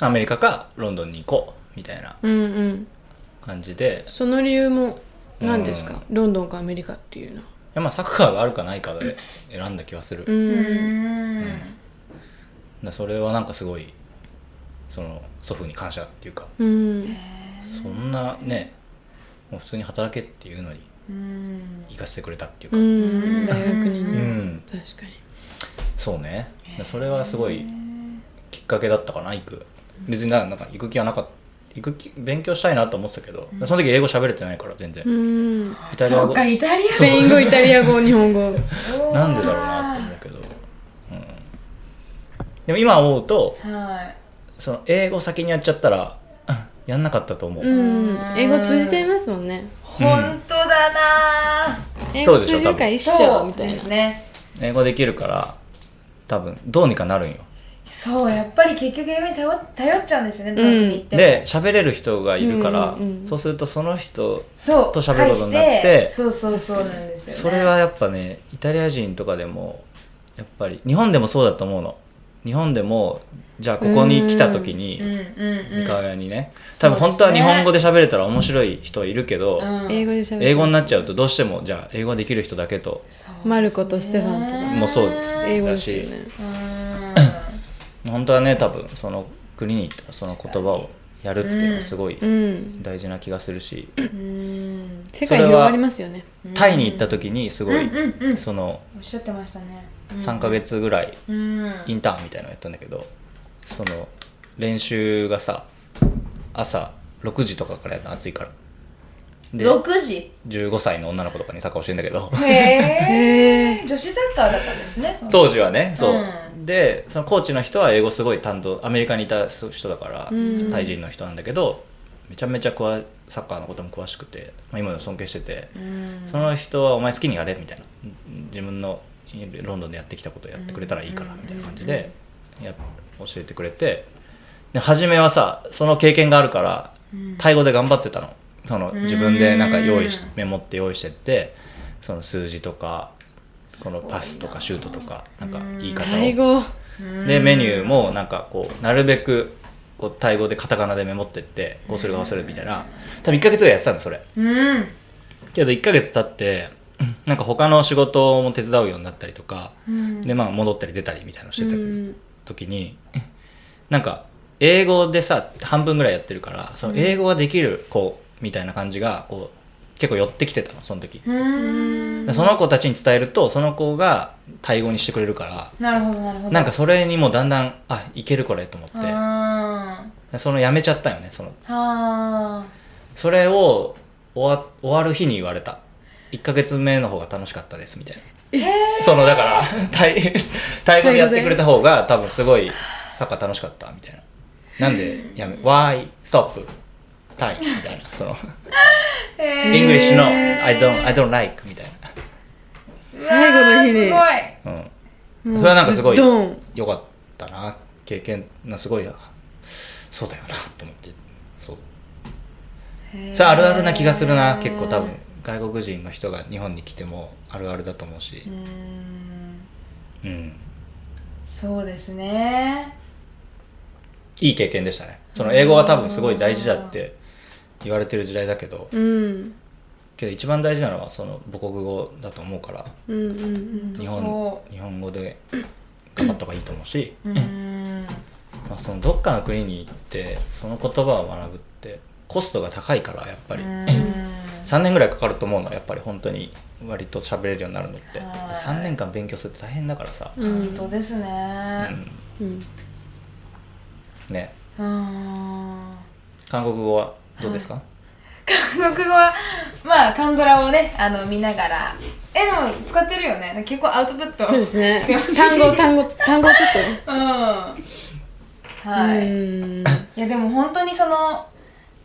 アメリカかロンドンに行こうみたいなうんうん感じで、いその理由も何ですかロンドンかアメリカっていうのやまあ、サッカーがあるかないかで選んだ気はする、うだかうんんらそれはなんかすごいその祖父に感謝っていうかうんそんなねもう普通に働けっていうのにうん行かせてくれたってういうか、ん大学にうねん確かにそうねそれはすごいきっかけだったかな行く別にななんか行く気はなかった行く気勉強したいなと思ってたけど、その時英語喋れてないから全然、うんイタリアそう語かイタリスペイン語イタリア語日本語アなんでだろうなって思うけど、うん、でも今思うとうわーはいその英語先にやっちゃったらうんやんなかったと思う、うん英語通じちゃいますもんね本当だな英そ語うでし通ょじるから一そ緒うみたいでなすね英語できるから多分どうにかなるんよそうやっぱり結局英語に頼頼っちゃうんですよね大学に行ってもで喋れる人がいるかうら、んうんうんそうするとその人そうと喋ることになって返してそうそうそうなんですそよねれはやっぱねイタリア人とかでもやっぱり日本でもそうだと思うの日本でもじゃあここに来た時にうんうんうん三河屋にね多分そうですね本当は日本語で喋れたら面白い人いるけど、うん英語で喋る英語になっちゃうとどうしてもじゃあ英語ができる人だけとそうマルコとステファンとかもそう英語ですよねうん本当はね多分その国に行ったらその言葉をやるっていうのがすごいうん大事な気がするし、うん世界広がりますよねタイに行った時にすごい、うんうんうんそのおっしゃってましたね3ヶ月ぐらいうんインターンみたいなのやったんだけどその練習がさ朝6時とかからやったの暑いからで6時15歳の女の子とかにサッカー教えるんだけど (laughs) へえへえ女子サッカーだったんですねその当時はねそう、うでそのコーチの人は英語すごい担当アメリカにいた人だから、うんタイ人の人なんだけどめちゃめちゃ詳サッカーのことも詳しくて、まあ、今でも尊敬してて、うんその人はお前好きにやれみたいな自分のロンドンでやってきたことやってくれたらいいからみたいな感じでや教えてくれてで初めはさその経験があるからタイ語で頑張ってたのその自分でなんか用意しうんメモって用意してってその数字とかこのパスとかシュートとかなんか言い方タイを語でメニューもなんかこうなるべくこうタイ語でカタカナでメモってってこうするこうするみたいな多分1ヶ月ぐらいやってたんだそれ。うんけど1ヶ月経ってなんか他の仕事も手伝うようになったりとか、でまあ戻ったり出たりみたいなのしてたうん時に、なんか英語でさ半分ぐらいやってるからその英語ができる子みたいな感じがこう結構寄ってきてたのその時、うんでその子たちに伝えるとその子がタイ語にしてくれるからなるほどなるほどなんかそれにもうだんだんあいけるこれと思うんっはてそのやめちゃったよねそのあそれを終わ終わる日に言われた1ヶ月目の方が楽しかったですみたいなそのだ (laughs) からタイタイ語でやってくれた方が多分すごいサッカー楽しかったみたいななんでやめ「Why stop タイ」みたいなその「English no I don't, I don't like」みたい最後の日にうわーな、うん、もうそれはなんかすごいズドンよかったな経験なすごいそうだよなと思ってそうそれあるあるな気がするな結構多分外国人の人が日本に来てもあるあるだと思うしすごいうんうん、そうですねいい経験でしたねその英語は多分すごい大事だって言われてる時代だけどうんけど一番大事なのはその母国語だと思うからうんうんうん日本そ日本語で頑張った方がいいと思うし、うんまあ、そのどっかの国に行ってその言葉を学ぶってコストが高いからやっぱり。3年ぐらいかかると思うのやっぱり本当に割と喋れるようになるのってはい3年間勉強するって大変だからさ、う本ん当ですねううんん、ねうん韓国語はどうですか、韓国語はまあカンドラをねあの見ながらえでも使ってるよね結構アウトプットそうですねしてます単語単語単語ちょっとねうんはい、いうんやでも本当にその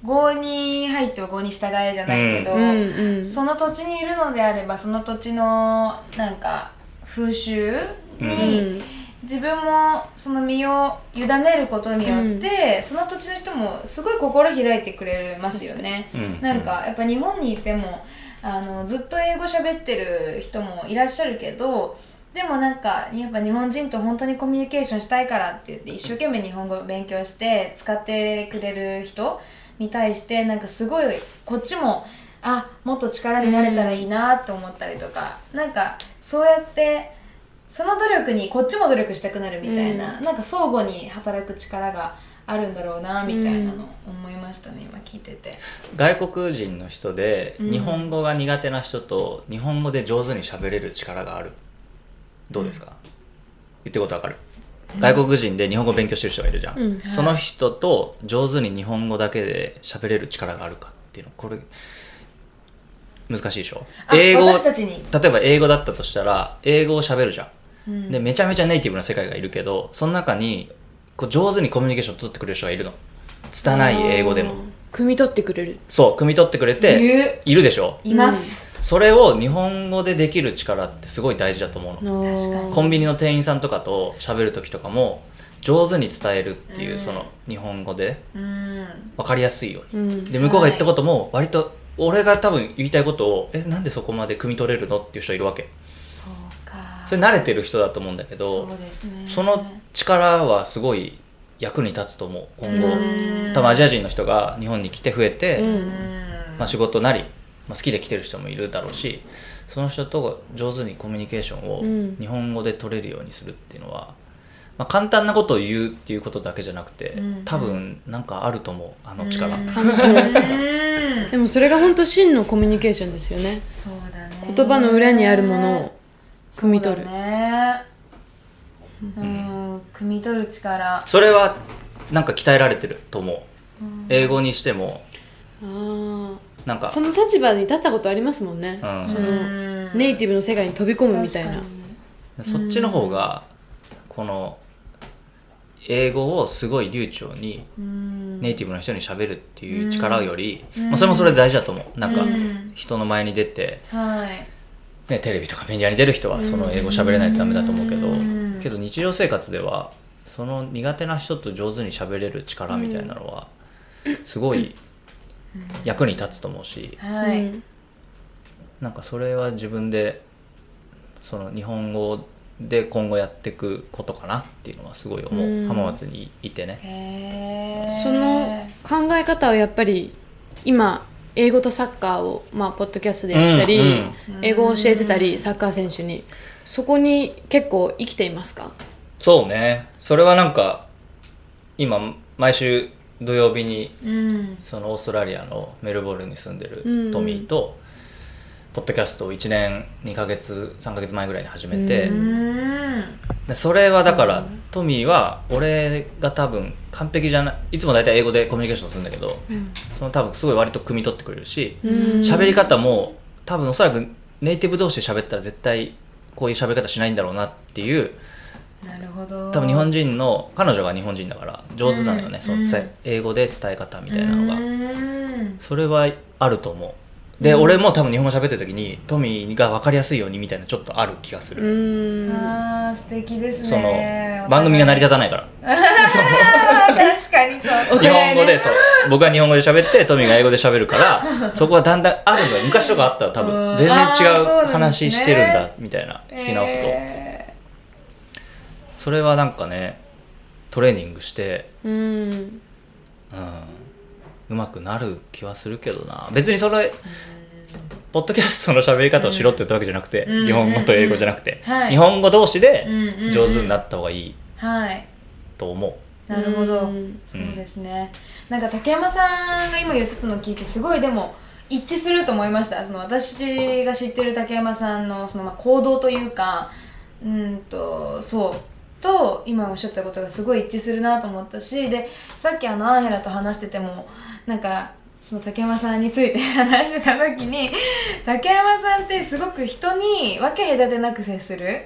語に入っては語に従えじゃないけど、うんうんその土地にいるのであればその土地のなんか風習に、うん自分もその身を委ねることによって、その土地の人もすごい心開いてくれますよね。うんなんかやっぱ日本にいてもあのずっと英語喋ってる人もいらっしゃるけどでもなんかやっぱ日本人と本当にコミュニケーションしたいからって言って一生懸命日本語を勉強して使ってくれる人に対してなんかすごいこっちもあもっと力になれたらいいなと思ったりとか、なんかそうやってその努力にこっちも努力したくなるみたいな、なんか相互に働く力があるんだろうなみたいなの思いましたね、今聞いてて。外国人の人で日本語が苦手な人と日本語で上手に喋れる力があるどうですか、言ってることわかる外国人で日本語勉強してる人がいるじゃん、うんその人と上手に日本語だけで喋れる力があるかっていうのこれ難しいでしょあ私たちに例えば英語だったとしたら英語を喋るじゃん、でめちゃめちゃネイティブな世界がいるけどその中にこう上手にコミュニケーションを取ってくれる人がいるの拙い英語でも汲み取ってくれるそう汲み取ってくれているいるでしょいます、それを日本語でできる力ってすごい大事だと思うの、確かにコンビニの店員さんとかと喋る時とかも上手に伝えるっていう、その日本語でうん分かりやすいように、うんで向こうが言ったことも割と俺が多分言いたいことをえなんでそこまで汲み取れるのっていう人いるわけそうかそれ慣れてる人だと思うんだけどそうですねその力はすごい役に立つと思う今後うん多分アジア人の人が日本に来て増えて、うんまあ、仕事なり、まあ、好きで来てる人もいるだろうしその人と上手にコミュニケーションんを日本語で取れるようにするっていうのは、まあ、簡単なことを言うっていうことだけじゃなくて、うん多分なんかあると思うあの力、うん感情 (laughs) うんでもそれが本当真のコミュニケーションですよねそうだね言葉の裏にあるものを汲み取るそうだねうん汲み取る力それはなんか鍛えられてると思う、英語にしてもあなんあかその立場に立ったことありますもんね、うんそうんのネイティブの世界に飛び込むみたいな確かにそっちの方がこの英語をすごい流暢にうんネイティブの人に喋るっていう力より、まあ、それもそれで大事だと思うなんかうん人の前に出て、はいね、テレビとかメディアに出る人はその英語喋れないとダメだと思うけどうんけど日常生活ではその苦手な人と上手に喋れる力みたいなのはすごい役に立つと思うしはういんなんかそれは自分でその日本語で今後やっていくことかなっていうのはすごい思う、うん浜松にいてね。へーその考え方はやっぱり今英語とサッカーを、まあ、ポッドキャストでやったり、う英語を教えてたりサッカー選手にそこに結構生きていますかそうねそれはなんか今毎週土曜日にうんそのオーストラリアのメルボルンに住んでうんうんるトミーと、ポッドキャストを1年2ヶ月3ヶ月前ぐらいに始めて、うんうんでそれはだから、トミーは俺が多分完璧じゃないいつも大体英語でコミュニケーションするんだけど、その多分すごい割と汲み取ってくれるし喋、り方も多分おそらくネイティブ同士で喋ったら絶対こういう喋り方しないんだろうなっていうなるほど多分日本人の彼女が日本人だから上手なのよね、うんその伝え英語で伝え方みたいなのが。うんそれはあると思うで、俺も多分日本語喋ってる時にトミーが分かりやすいようにみたいなちょっとある気がすうる、んあー素敵ですねそのお互い番組が成り立たないからそあー確かにそう (laughs) の日本語でそう僕が日本語で喋ってトミーが英語で喋 (laughs) るからそこはだんだんあるのよ昔とかあったら多う分ん全然あーそうなん違うですね話してるんだみたいな聞き直すと、えそれはなんかねトレーニングしてうんうんうまくなる気はするけどな別にそれポッドキャストの喋り方をしろって言ったわけじゃなくて、うん日本語と英語じゃなくて、うんうんはい日本語同士でうんうんうん上手になった方がいいーはいと思う、なるほど、うんそうですねなんか竹山さんが今言ってたのを聞いてすごいでも一致すると思いましたその私が知ってる竹山さんのそのまあ行動というかうんとそうと今おっしゃったことがすごい一致するなと思ったしでさっきあのアンヘラと話しててもなんかその竹山さんについて話してた時に竹山さんってすごく人に分け隔てなく接する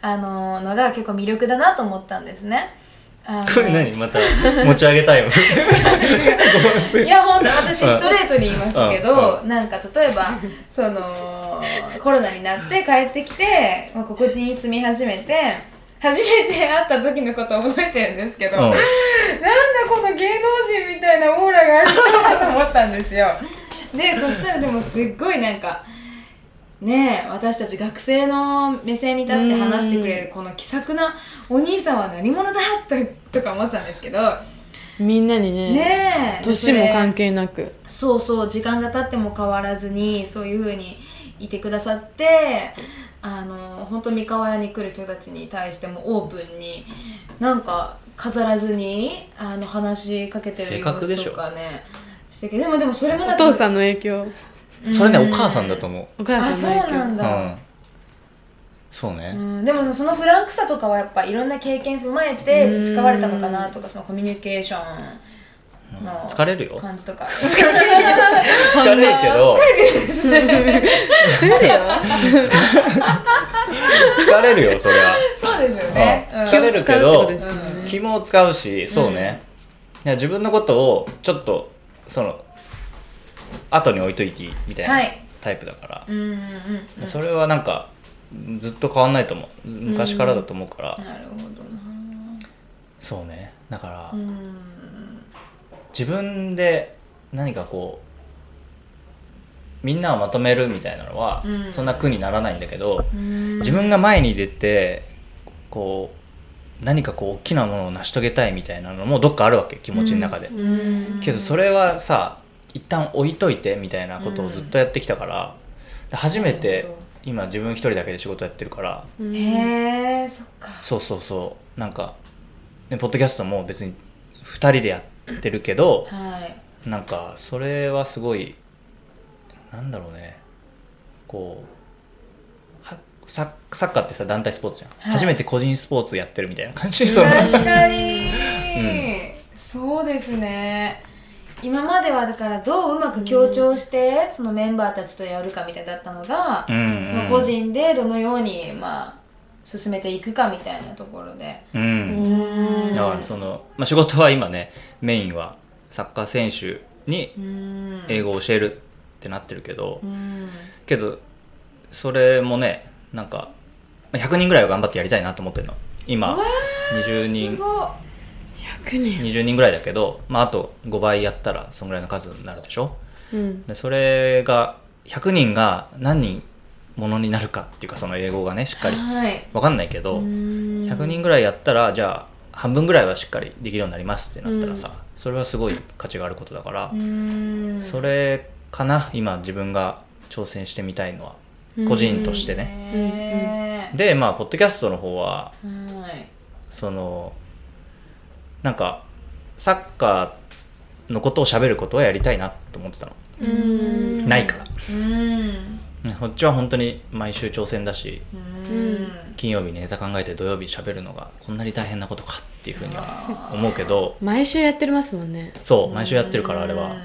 あののが結構魅力だなと思ったんですね。あのこれ何また持ち上げ (laughs) タイムいや本当私ストレートに言いますけうどなんか例えばそのコロナになって帰ってきて、まあ、ここに住み始めて初めて会った時のことを覚えてるんですけど、なんだこの芸能人みたいなオーラがある人だと思ったんですよ。でそしたらでもすっごいなんかねえ私たち学生の目線に立って話してくれるこの気さくなお兄さんは何者だってとか思ってたんですけどみんなにねねえ年も関係なくそうそう時間が経っても変わらずにそういう風にいてくださってあの本当三河屋に来る人たちに対してもオープンになんか飾らずにあの話しかけてる性様格でし子ょとかねしてけどでもでもそれもお父さんんの影響それねお母さんだと思おあ母そさうんの影なん響う、うんだ、、そうね、うん、でもそのフランクさとかはやっぱいろんな経験踏まえて培われたのかなとかそのコミュニケーションの疲れるよ感じ (laughs) とか疲れるけ (laughs) ど疲れてるん (laughs) ですね疲れるよそれはそうですよね、ううんん、疲れるけ気を使うっどてことですよね気も使うしそうね、いや自分のことをちょっとその後に置いといていいみたいはないタイプだから、うんうんうんそれはなんかずっと変わんないと思う昔からだと思うから、なるほどなそうねだから、うん自分で何かこうみんなをまとめるみたいなのは、うんそんな苦にならないんだけど、うん自分が前に出てこう何かこう大きなものを成し遂げたいみたいなのもどっかあるわけ気持ちの中で、うんけどそれはさ一旦置いといてみたいなことをずっとやってきたから、初めなるてほど今自分一人だけで仕事やってるからうんへえそっかそうそうそうなんか、ね、ポッドキャストも別に二人でやってるけどはいなんかそれはすごいなんだろうねこうはサッサッカーってさ団体スポーツじゃん、はい初めて個人スポーツやってるみたいな感じその確かに、そうですね今まではだからどううまく協調してそのメンバーたちとやるかみたいだったのが、うんうんその個人でどのようにまあ進めていくかみたいなところでうんうんだからその、まあ、仕事は今ねメインはサッカー選手にうん英語を教えるってなってるけど、うんけどそれもねなんかまあ100人ぐらいは頑張ってやりたいなと思ってるの今20す人ごっ100人20人ぐらいだけど、まあ、あと5倍やったらそんぐらいの数になるでしょうんでそれが100人が何人ものになるかっていうかその英語がねしっかりはいわかんないけど、100人ぐらいやったらじゃあ半分ぐらいはしっかりできるようになりますってなったらさ、それはすごい価値があることだからう、んそれかな今自分が挑戦してみたいのはうん個人としてね、ねでまあポッドキャストの方ははいそのなんかサッカーのことを喋ることはやりたいなと思ってたの、うんないからうんこっちは本当に毎週挑戦だしうん金曜日ネタ考えて土曜日喋るのがこんなに大変なことかっていうふうには思うけど毎週やってますもんねそう毎週やってるからあれは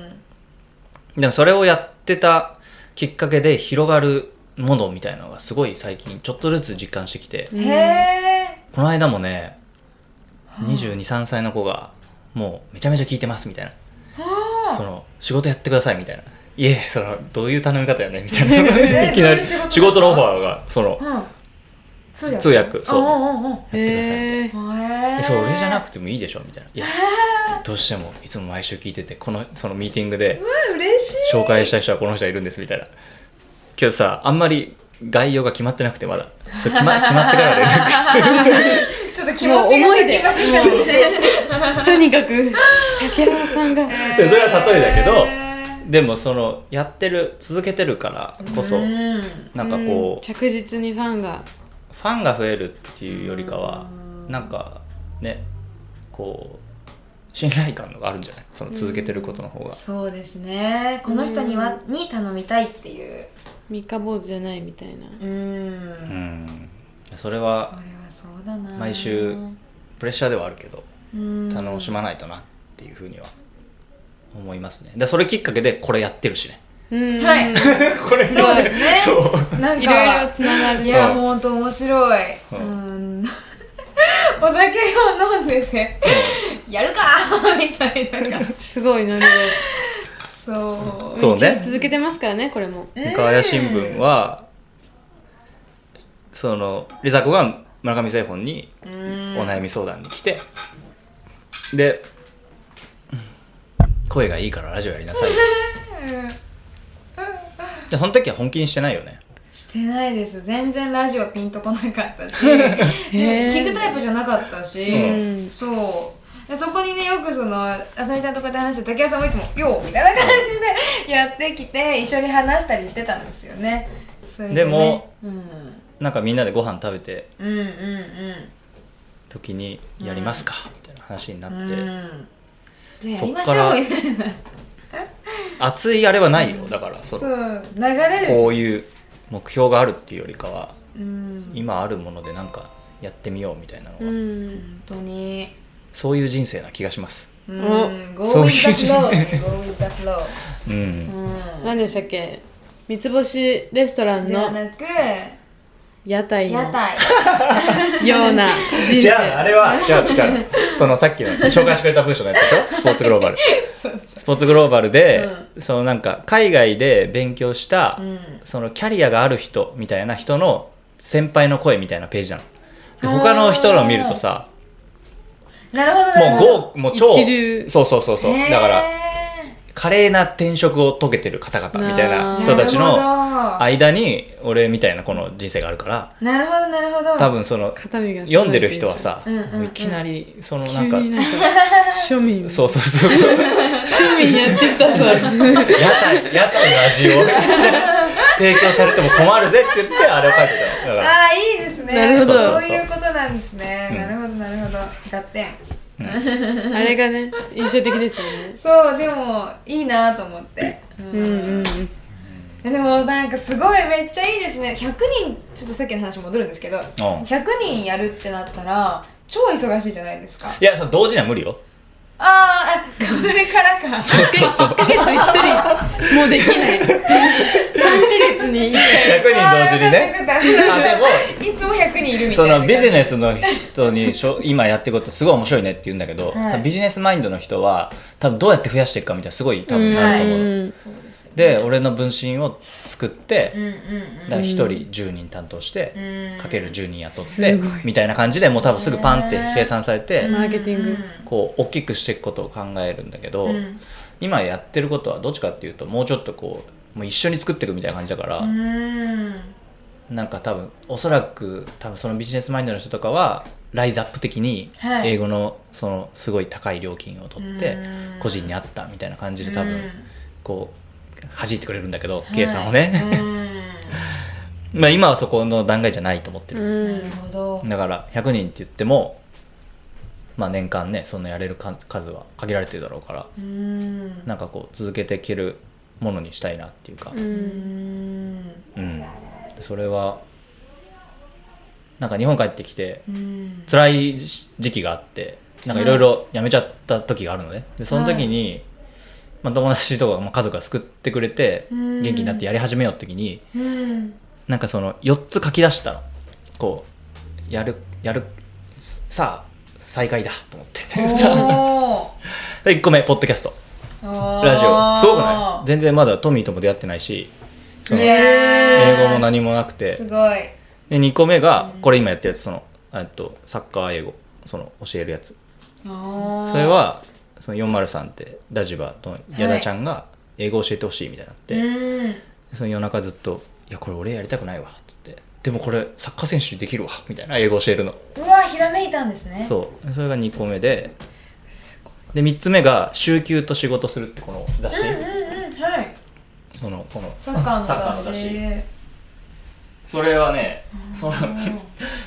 でもそれをやってたきっかけで広がるものみたいなのがすごい最近ちょっとずつ実感してきてうんへえこの間もね2 2 3歳の子がもうめちゃめちゃ聞いてますみたいなその仕事やってくださいみたいないえそのどういう頼み方やねみたいなその (laughs) えいきなどういうり仕事ですか仕事のオファーがそのうん通訳通訳そううんうんうんやってくださいみたいな。へえへえそう俺じゃなくくてもいいでしょみたいな「いやどうしてもいつも毎週聞いててこのそのミーティングで嬉しい紹介した人はこの人がいるんです」みたいなけどさあんまり概要が決まってなくてまだそう決 (laughs) ま決まってから連絡してるみ (laughs) たいちょっと気持ちがもう思い先で走っちゃうねとにかく竹山さんがなでそれは例えだけど、へでもそのやってる続けてるからこそ、うんなんかこんう着実にファンがファンが増えるっていうよりかはなんかねこう信頼感のがあるんじゃないその続けてることの方が。そうですねこの人にはに頼みたいっていう三日坊主じゃないみたいなううんんそれそはれはそうだな毎週プレッシャーではあるけどうん楽しまないとなっていうふうには思いますねでそれきっかけでこれやってるしねうんはい (laughs) これそうですねそうなんいろいろかつながるいやうんほんと面白いうんうん (laughs) お酒を飲んでてやるか (laughs) みたいな感じすごいノリでそうそう一ね応続けてますからねこれも三河屋新聞はそのリザ子が村上製本にうおん悩み相談に来てで「声がいいからラジオやりなさい」でその時は本気にしてないよねしてないです全然ラジオピンとこなかったしへでー聞くタイプじゃなかったし、うんそうでそこにねよくそのあさみさんとこうやって話して竹谷さんもいつも「よう」みたいな感じでやってきて一緒に話したりしてたんですよねそれでねでも、うん、うんなんかみんなでご飯食べてうんうん時に「やりますか」みたいな話になうっんて、じゃあやそりっましからょうみたいな熱いあれはないよだからそのそう流れですこういう目標があるっていうよりかはうん今あるものでなんかやってみようみたいなのが、うん本当にそういう人生な気がしますうんお Go そうい with う the flow ね Go with the flow うん、うん何でしたっけ三つ星レストランではのなく屋台の屋台ような人じゃああ生れはじゃあじゃあそのさっきの紹介してくれた文章のやつでしょスポーツグローバルスポーツグローバルで、そのなんか海外で勉強した、んそのキャリアがある人みたいな人の先輩の声みたいなページなので他の人のを見るとさなるほどなるもほどう豪もう超一流そうそうそうそうだからへー華麗な転職を遂げてる方々みたいあなー人たちのなる間に俺みたいなこの人生があるからほどなるほどなるほど多分その肩身が読んでる人はさ、うんうんうんもういきなりその急なんかになんか庶民そうそうそうそう (laughs) 庶民やってきたぞ屋台屋台の (laughs) 味を提供されても困るぜって言ってあれを書いてたのだからああいいですねなるほどそういうことなんですね、うんなるほどなるほど合点あれがね印象的ですよねそうでもいいなと思って、うんうんうんうんでもなんかすごいめっちゃいいですね100人ちょっとさっきの話戻るんですけど、100人やるってなったら超忙しいじゃないですかいやその同時には無理よあーあこれからかそうそうそう100 1ヶ月に1人もうできない3ヶ月に1回人同時にねあーよかあったよでかったもいつも100人いるみたそいなのビジスネスの人にしょ今やってることすごい面白いねって言うんだけど、はいさビジネスマインドの人は多分どうやって増やしていくかみたいなすごい多分なると思う、うんそうですよで俺の分身を作って、うんうんだから1人10人担当して、うんかける10人雇ってすごいみたいな感じでもう多分すぐパンってね計算されて、マーケティング、こう大きくしていくことを考えるんだけうど、んうん今やってることはどっちかっていうともうちょっとこうもう一緒に作っていくみたいな感じだから、うんなんか多分おそらく多分そのビジネスマインドの人とかはライズアップ的にはい英語のそのすごい高い料金を取ってうん個人に合ったみたいな感じで多分うんこう弾いてくれるんだけど計算をね、はい (laughs) まあ今はそこの段階じゃないと思ってうる、うんんなるほどだから100人って言ってもまあ年間ねそんなやれる数数は限られてるだろうからうんなんかこう続けていけるものにしたいなっていうかううんんうん、それはなんか日本帰ってきてうん辛い時期があってなんかいろいろ辞めちゃった時があるのねでその時に、まあ、友達とか、まあ、家族が救ってくれてうん元気になってやり始めようって時に (laughs) うんなんかその4つ書き出したのこうやるやるさあ再開だと思って (laughs) さおあ1個目ポッドキャストーラジオすごくない全然まだトミーとも出会ってないしその英ね語も何もなくてすごいで2個目がこれ今やってるやつそのえっとサッカー英語その教えるやつそそれはその403ってダジバと矢田ちゃんが英語教えてほしいみたいになって、うんその夜中ずっと「いやこれ俺やりたくないわ」っつって「でもこれサッカー選手にできるわ」みたいな英語教えるのうわひらめいたんですねそうそれが2個目でで3つ目が「週休と仕事する」ってこの雑誌うんうんうんはいそのこのサッカーの雑誌サッカーの雑誌 (laughs) それはねそのうん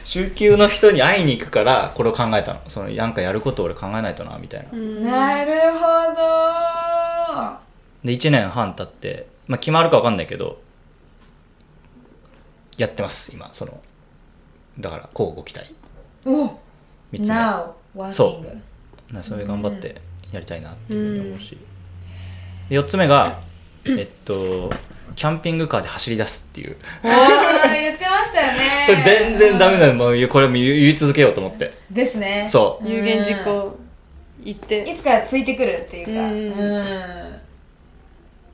週休の人に会いに行くからこれを考えたのそのなんかやることを俺考えないとなみたいな、うんなるほどで1年半経って、まあ、決まるか分かんないけどやってます今そのだからこうご期待お3つ目 Now working そなそれ頑張ってやりたいなっていうふうに思うし、で4つ目がえっとキャンピングカーで走り出すっていうおー言ってましたよ (laughs) ねこれ全然ダメなのもうこれも言い言い続けようと思ってですねそう有言実行行っいてつかついてくるっていうかう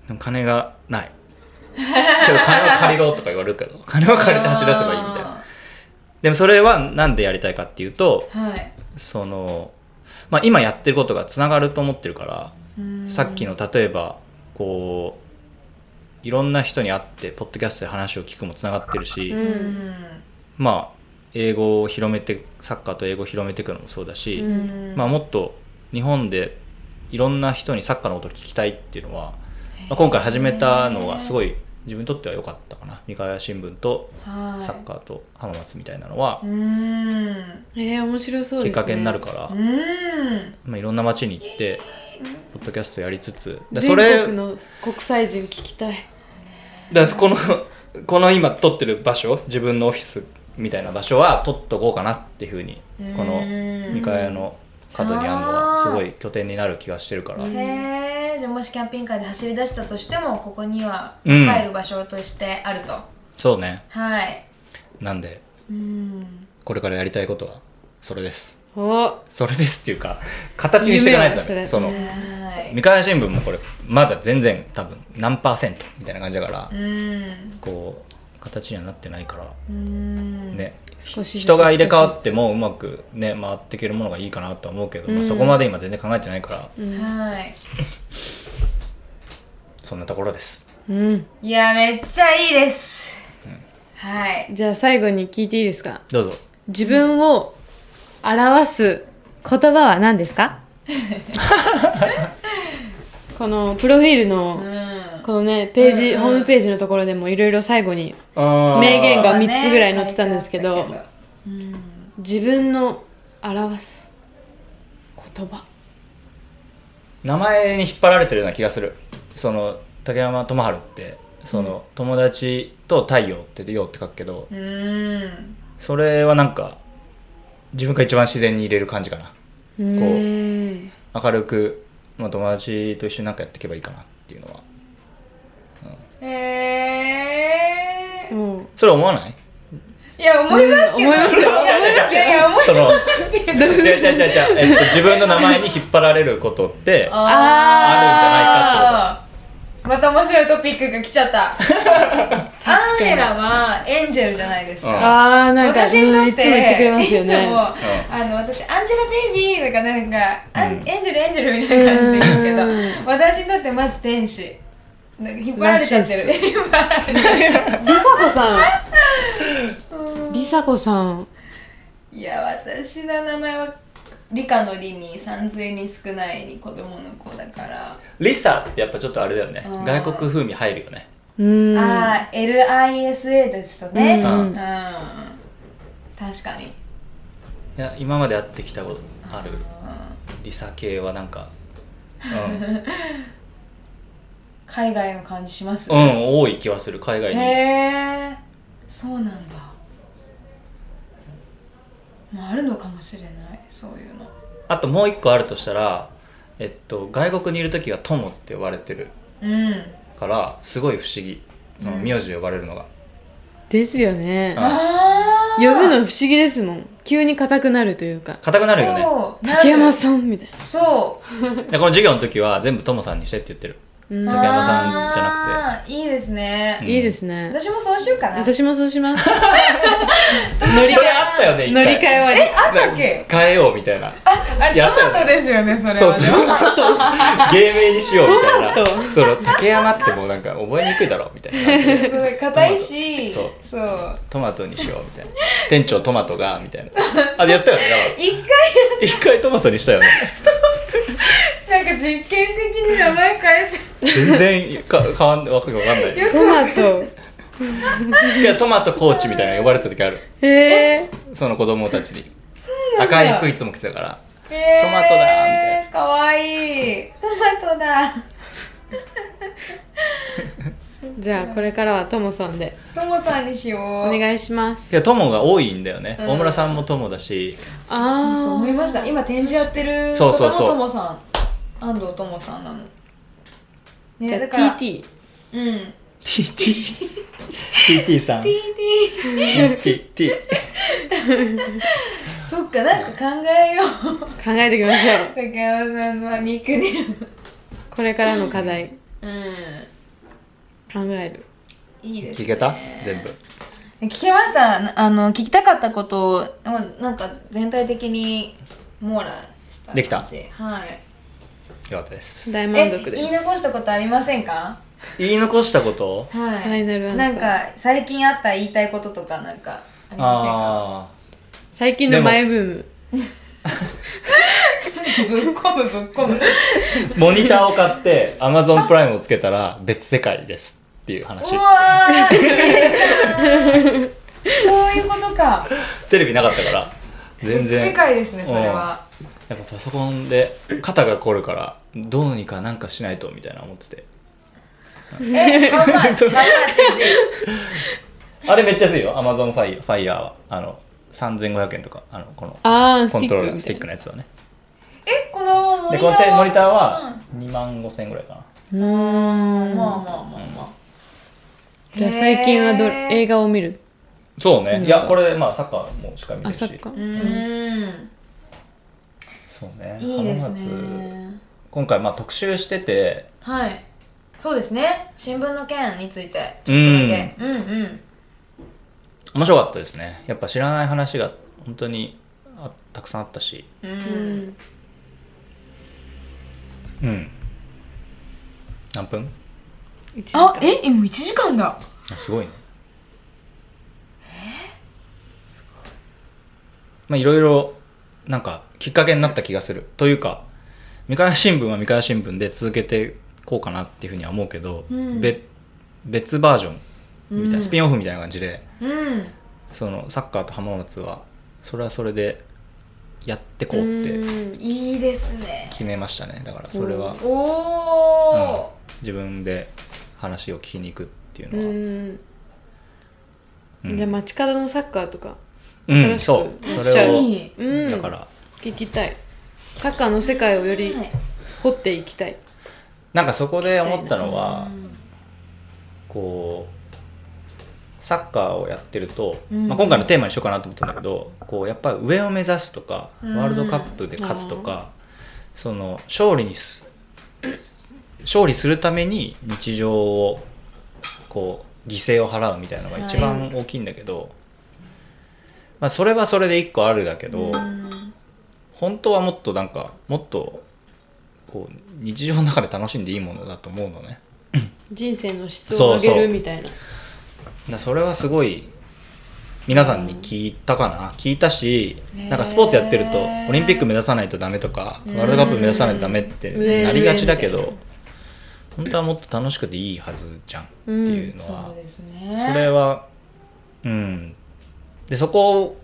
でも金がないけど金を借りろとか言われるけど金を借りて走らせばいいみたいなでもそれはなんでやりたいかっていうとたいなはいその、まあ、今やってることがつながると思ってるから、うんさっきの例えばこういろんな人に会ってポッドキャストで話を聞くもつながってるし、うんまあ英語を広めてサッカーと英語を広めていくのもそうだし、ううんんまあ、もっと日本でいろんな人にサッカーのことを聞きたいっていうのは、まあ、今回始めたのがすごい自分にとっては良かったかな三河屋新聞とはいサッカーと浜松みたいなのはうーんえー、面白そうきですねっかけになるから、うーんまあ、いろんな街に行ってポッドキャストやりつつだそ全れ国の国際人聞きたいだこの (laughs) この今撮ってる場所自分のオフィスみたいな場所は撮っとこうかなっていうふうにこのうん三河屋の角にあるのはすごい拠点になる気がしてるからへえじゃあもしキャンピングカーで走り出したとしてもここにはうん帰る場所としてあると、そうねはいなんでうんこれからやりたいことはそれですおそれですっていうか形にしていかないとダ夢メはそそれのはい三河屋新聞もこれまだ全然多分何パーセントみたいな感じだからうんこう形にはなってないからうんね少しずつ人が入れ替わってもうまくね回っていけるものがいいかなとは思うけど、まあそこまで今全然考えてないから、うんはいそんなところですうん、いやめっちゃいいです、はいじゃあ最後に聞いていいですかどうぞ自分を表す言葉は何ですかこのプロフィールの、このねページ、ホームページのところでもいろいろ最後に名言が3つぐらい載ってたんですけど自分の表す言葉名前に引っ張られてるような気がするその竹山智春ってその、友達と太陽って「陽」って書くけどうーんそれはなんか自分が一番自然に入れる感じかなうーん明るく、まあ、友達と一緒になんかやっていけばいいかなっていうのはえー、もうそれは思わないいや思いますけど、思いますよいやいやいや思いそ (laughs) のいや違う違う違うえっと自分の名前に引っ張られることってあるんじあゃないかってまた面白いトピックが来ちゃったアンエラはエンジェルじゃないですうんか、あーなんか私にとってうんいつも言ってくれますよいつもねあの私アンジェラベイビーとかなんか、あんうんエンジェルエンジェルみたいな感じで言うけど、うん私にとってマジ天使なんか引っ張られちゃってるらし引っ張られちゃってるりさこさんりさこさん (laughs) いや私の名前は理科の理に三髄に少ないに子供の子だから、リサってやっぱちょっとあれだよねうん外国風味入るよねうーんああ LISA ですとねううんん、確かにいや今まで会ってきたことあるリサ系はなんか (laughs) うん、海外の感じします、うへん、多い気はする海外にえそうなんだまああるのかもしれないそういうのあともう一個あるとしたらえっと外国にいる時はトモって呼ばれてるうんからすごい不思議その名字で呼ばれるのが、ですよねあああ呼ぶの不思議ですもん急に硬くなるというか硬くなるよねそう竹山んさんみたいなそうでこの授業の時は全部トモさんにしてって言ってるうん竹山さんじゃななくていいですね、うんいいですね私もそうしようかな私もそうしますそれあったよね一乗回り換えはえあったっけ変えようみたいなあれやったトよマトですよねそれはねそうそう (laughs) そう芸名にしようみたいトマなその竹山ってもうなんか覚えにくいだろうみたい (laughs) な感じですごい硬いしそうそうトマトにしようみたいな店長トマトがみたいなあやったよねだか一回ら一回トマトにしたよねなんか実験的に名前変え全然か変わんわけわかんないてよトマトいやトマトコーチみたいなの呼ばれた時あるへえその子供たちにそうなんだ赤い服いつも着てたからく、えトマトだみたいなかわいいトマトだじゃあこれからはともさんでトモさんにしようお願いしますいや友が多いんだよね、うん大村さんも友だ (laughs) しそうそうそう思いあました今展示やってるそ方うそうのそうトモさん安藤トモさんなのーじねゃあだから TT うん TTTT さん TT TTT そっかなんか考えよう考えていきましょう竹山さんのニックネームこれからの課題うん考えるいいです聞ねけた全部聞けましたなあの聞きたかったことをでもなんか全体的に網羅したできた感じはいよかったです大満え足言いです残したことありませんか言い残したことはいファイナルアンサなーんか最近あった言いたいこととかなんかありまあ最近のマイブームせんかぶっこむぶっこむーモニターを買って Amazon プライムをつけたら別世界ですっていう話うわーそういうことかテレビなかったから全然世界ですねそれはやっぱパソコンで肩が凝るからどうにかなんかしないとみたいな思っててえハマチハマチあれめっちゃ安いよ Amazon ファイファイヤーはあの3500円とかあのこのあーコステンィトロッークラーみスたテいィックのやつはねえこのモでニこタのテーはモニターは2万5000円ぐらいかななうーうんんまあまあまあまじゃあ最近はどへー映画を見るそうねうんいやこれまあサッカーもしか見てあるしサッカーあうんそうねいいです浜松ね今回まあ特集しててはいそうですね新聞の件についてうちょっとだんけうんうん面白かったですねやっぱ知らない話が本当にあたくさんあったしううんんうん何分一時間あええもう1時間だあすごいねまあいろいろなんかきっかけになった気がするというか三河新聞は三河新聞で続けてこうかなっていうふうには思うけど、べ別バージョンみたいな、スピンオフみたいな感じでうんそのサッカーと浜松はそれはそれでやってこうってうんいいですね決めましたねだからそれは、おおうん自分で話を聞きに行くっていううのは、んうんじゃあ街角のサッカーとかうん新しくそう確そかれをにうんだから聞きたいサッカーの世界をよりはい掘っていきたいなんかそこで思ったのはこうサッカーをやってると、まあ、今回のテーマにしようかなと思ったんだけどこうやっぱり上を目指すとかワールドカップで勝つとか、その勝利にす勝利するために日常をこう犠牲を払うみたいなのが一番大きいんだけど、まあ、それはそれで一個あるだけど、本当はもっとなんかもっとこう日常の中で楽しんでいいものだと思うのね人生の質を上げそうそるうみたいなだからそれはすごい皆さんに聞いたかな聞いたしなんかスポーツやってるとオリンピック目指さないとダメとかワールドカップ目指さないとダメってなりがちだけど本当はもっと楽しくていいはずじゃんっていうのはそうですそねれはうんでそこ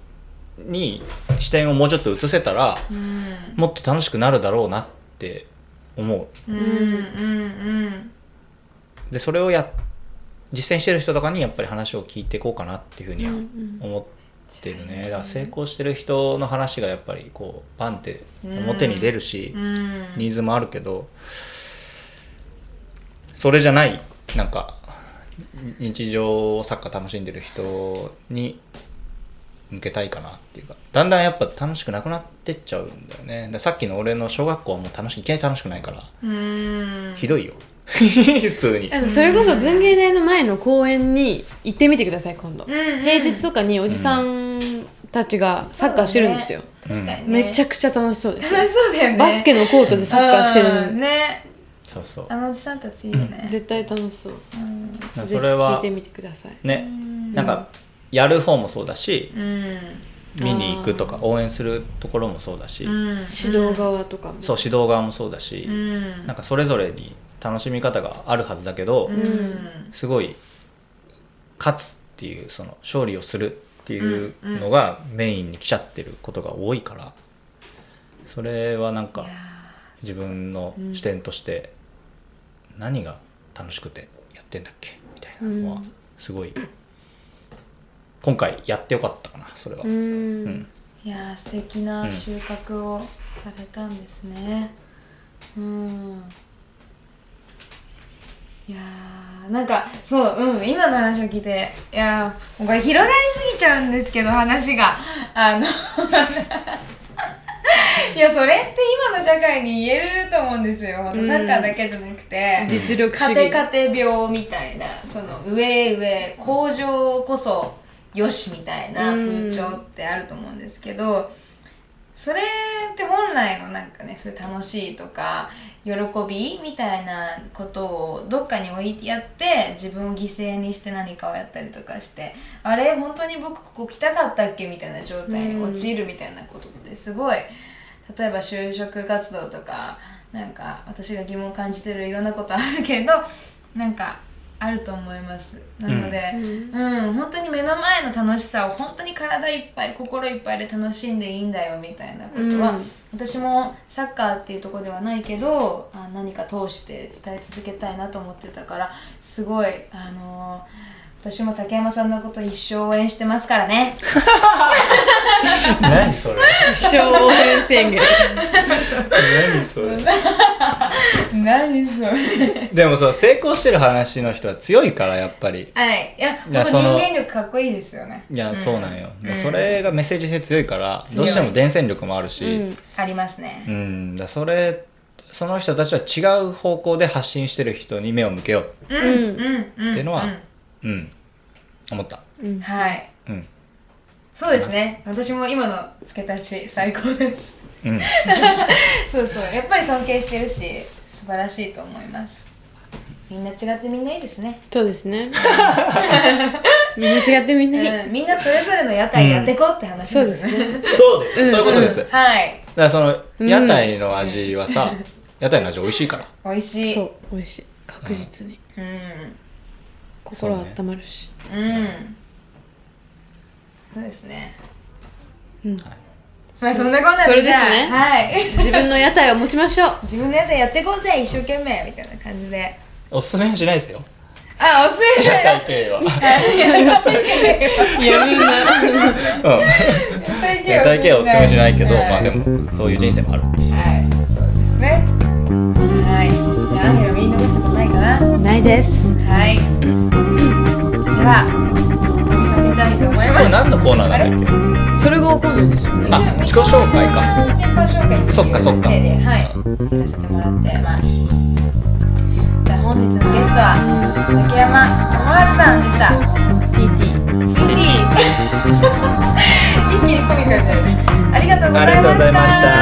に視点をもうちょっと移せたらうんもっと楽しくなるだろうなって思ううんうんでそれをや実践してる人とかにやっぱり話を聞いていこうかなっていうふうには思ってるね、だから成功してる人の話がやっぱりこうバンって表に出るし、うんうんニーズもあるけどそれじゃないなんか日常をサッカー楽しんでる人に向けたいかなっていうかだんだんやっぱ楽しくなくなってっちゃうんだよねだからさっきの俺の小学校はもう楽しいいきなり楽しくないから、うんひどいよ (laughs) 普通にあのそれこそ文芸大の前の公園に行ってみてください今度うん平日とかにおじさんたちがサッカーしてるんですよ、確かにねめちゃくちゃ楽しそうですよ楽しそうだよねバスケのコートでサッカーしてるうんのねそうそうあのおじさんたちいいよね絶対楽しそうだからぜそひれ聞いはてみてくださいねなんかやる方もそうだしうん見に行くとか応援するところもそうだし、うん指導側とかもそう指導側もそうだし、うんなんかそれぞれに楽しみ方があるはずだけど、うんすごい勝つっていうその勝利をするっていうのがメインに来ちゃってることが多いからそれはなんか自分の視点として何が楽しくてやってんだっけみたいなのはすごい今回やってよかったかなそれは。うーんうん (laughs) いやー素敵な収穫をされたんですねうんいやーなんかそううん今の話を聞いていやーこれ広がりすぎちゃうんですけど話があの (laughs) いやそれって今の社会に言えると思うんですよ、ほんとサッカーだけじゃなくて実力主カテ義カテ病みたいなその上へ上向上こそよしみたいな風潮ってあると思うんですけど、それって本来のなんかねそういう楽しいとか喜びみたいなことをどっかに置いてやって自分を犠牲にして何かをやったりとかしてあれ本当に僕ここ来たかったっけみたいな状態に陥るみたいなことってすごい例えば就職活動とかなんか私が疑問を感じてるいろんなことあるけどなんかあると思いますなので、うん本当に目の前の楽しさを本当に体いっぱい心いっぱいで楽しんでいいんだよみたいなことは、うん私もサッカーっていうところではないけどあ何か通して伝え続けたいなと思ってたからすごいあのー私も竹山さんのこと一生応援してますからね。何それ消炎宣言何それ (laughs) 何それ。でもさ成功してる話の人は強いからやっぱりはい。いや、いや本当その人間力かっこいいですよね。いや、そうなんよ、それがメッセージ性強いからどうしても伝染力もあるし、ありますうね。んだそれその人たちは違う方向で発信してる人に目を向けようっうんうんうん。ていうのはうん、思ったうんはい。うんそうですね。私も今の付け足し最高です。 (laughs) うんそうそう。やっぱり尊敬してるし、素晴らしいと思います。みんな違ってみんないいですね、そうですね (laughs) みんな違ってみんないい、うん、みんなそれぞれの屋台やってこうって話そうでですね,、すね (laughs) そうです、そういうことです、だかはいらその屋台の味は (laughs) さ、屋台の味美味しいから美味しいそう美味しい確実に、うん心そうね温まるしうんそうですねうんまあそんなことなんそれですねじゃあはい自分の屋台を持ちましょう自分のやつやってこうぜ一生懸命みたいな感じでおすすめはしないですよあおすすめ (laughs) 屋だよ台系は、やみんなうん、屋台系はおすすめしないけど、まあでもそういう人生もあるっていうはいそうですねはいじゃあアンヘラ言い残したことないかな (laughs) ないですはいでは出たいと思いこますれ何のコーナーなんだっそれがわかんないですよねあ自己紹介かメンバー紹介っていうそっかそっか前提ではいやらせてもらってますじゃあ本日のゲストは竹山智春さんでした TT TT (laughs) 一気にコミカルだよねありがとうごけあざりいがとまうごしざいましたた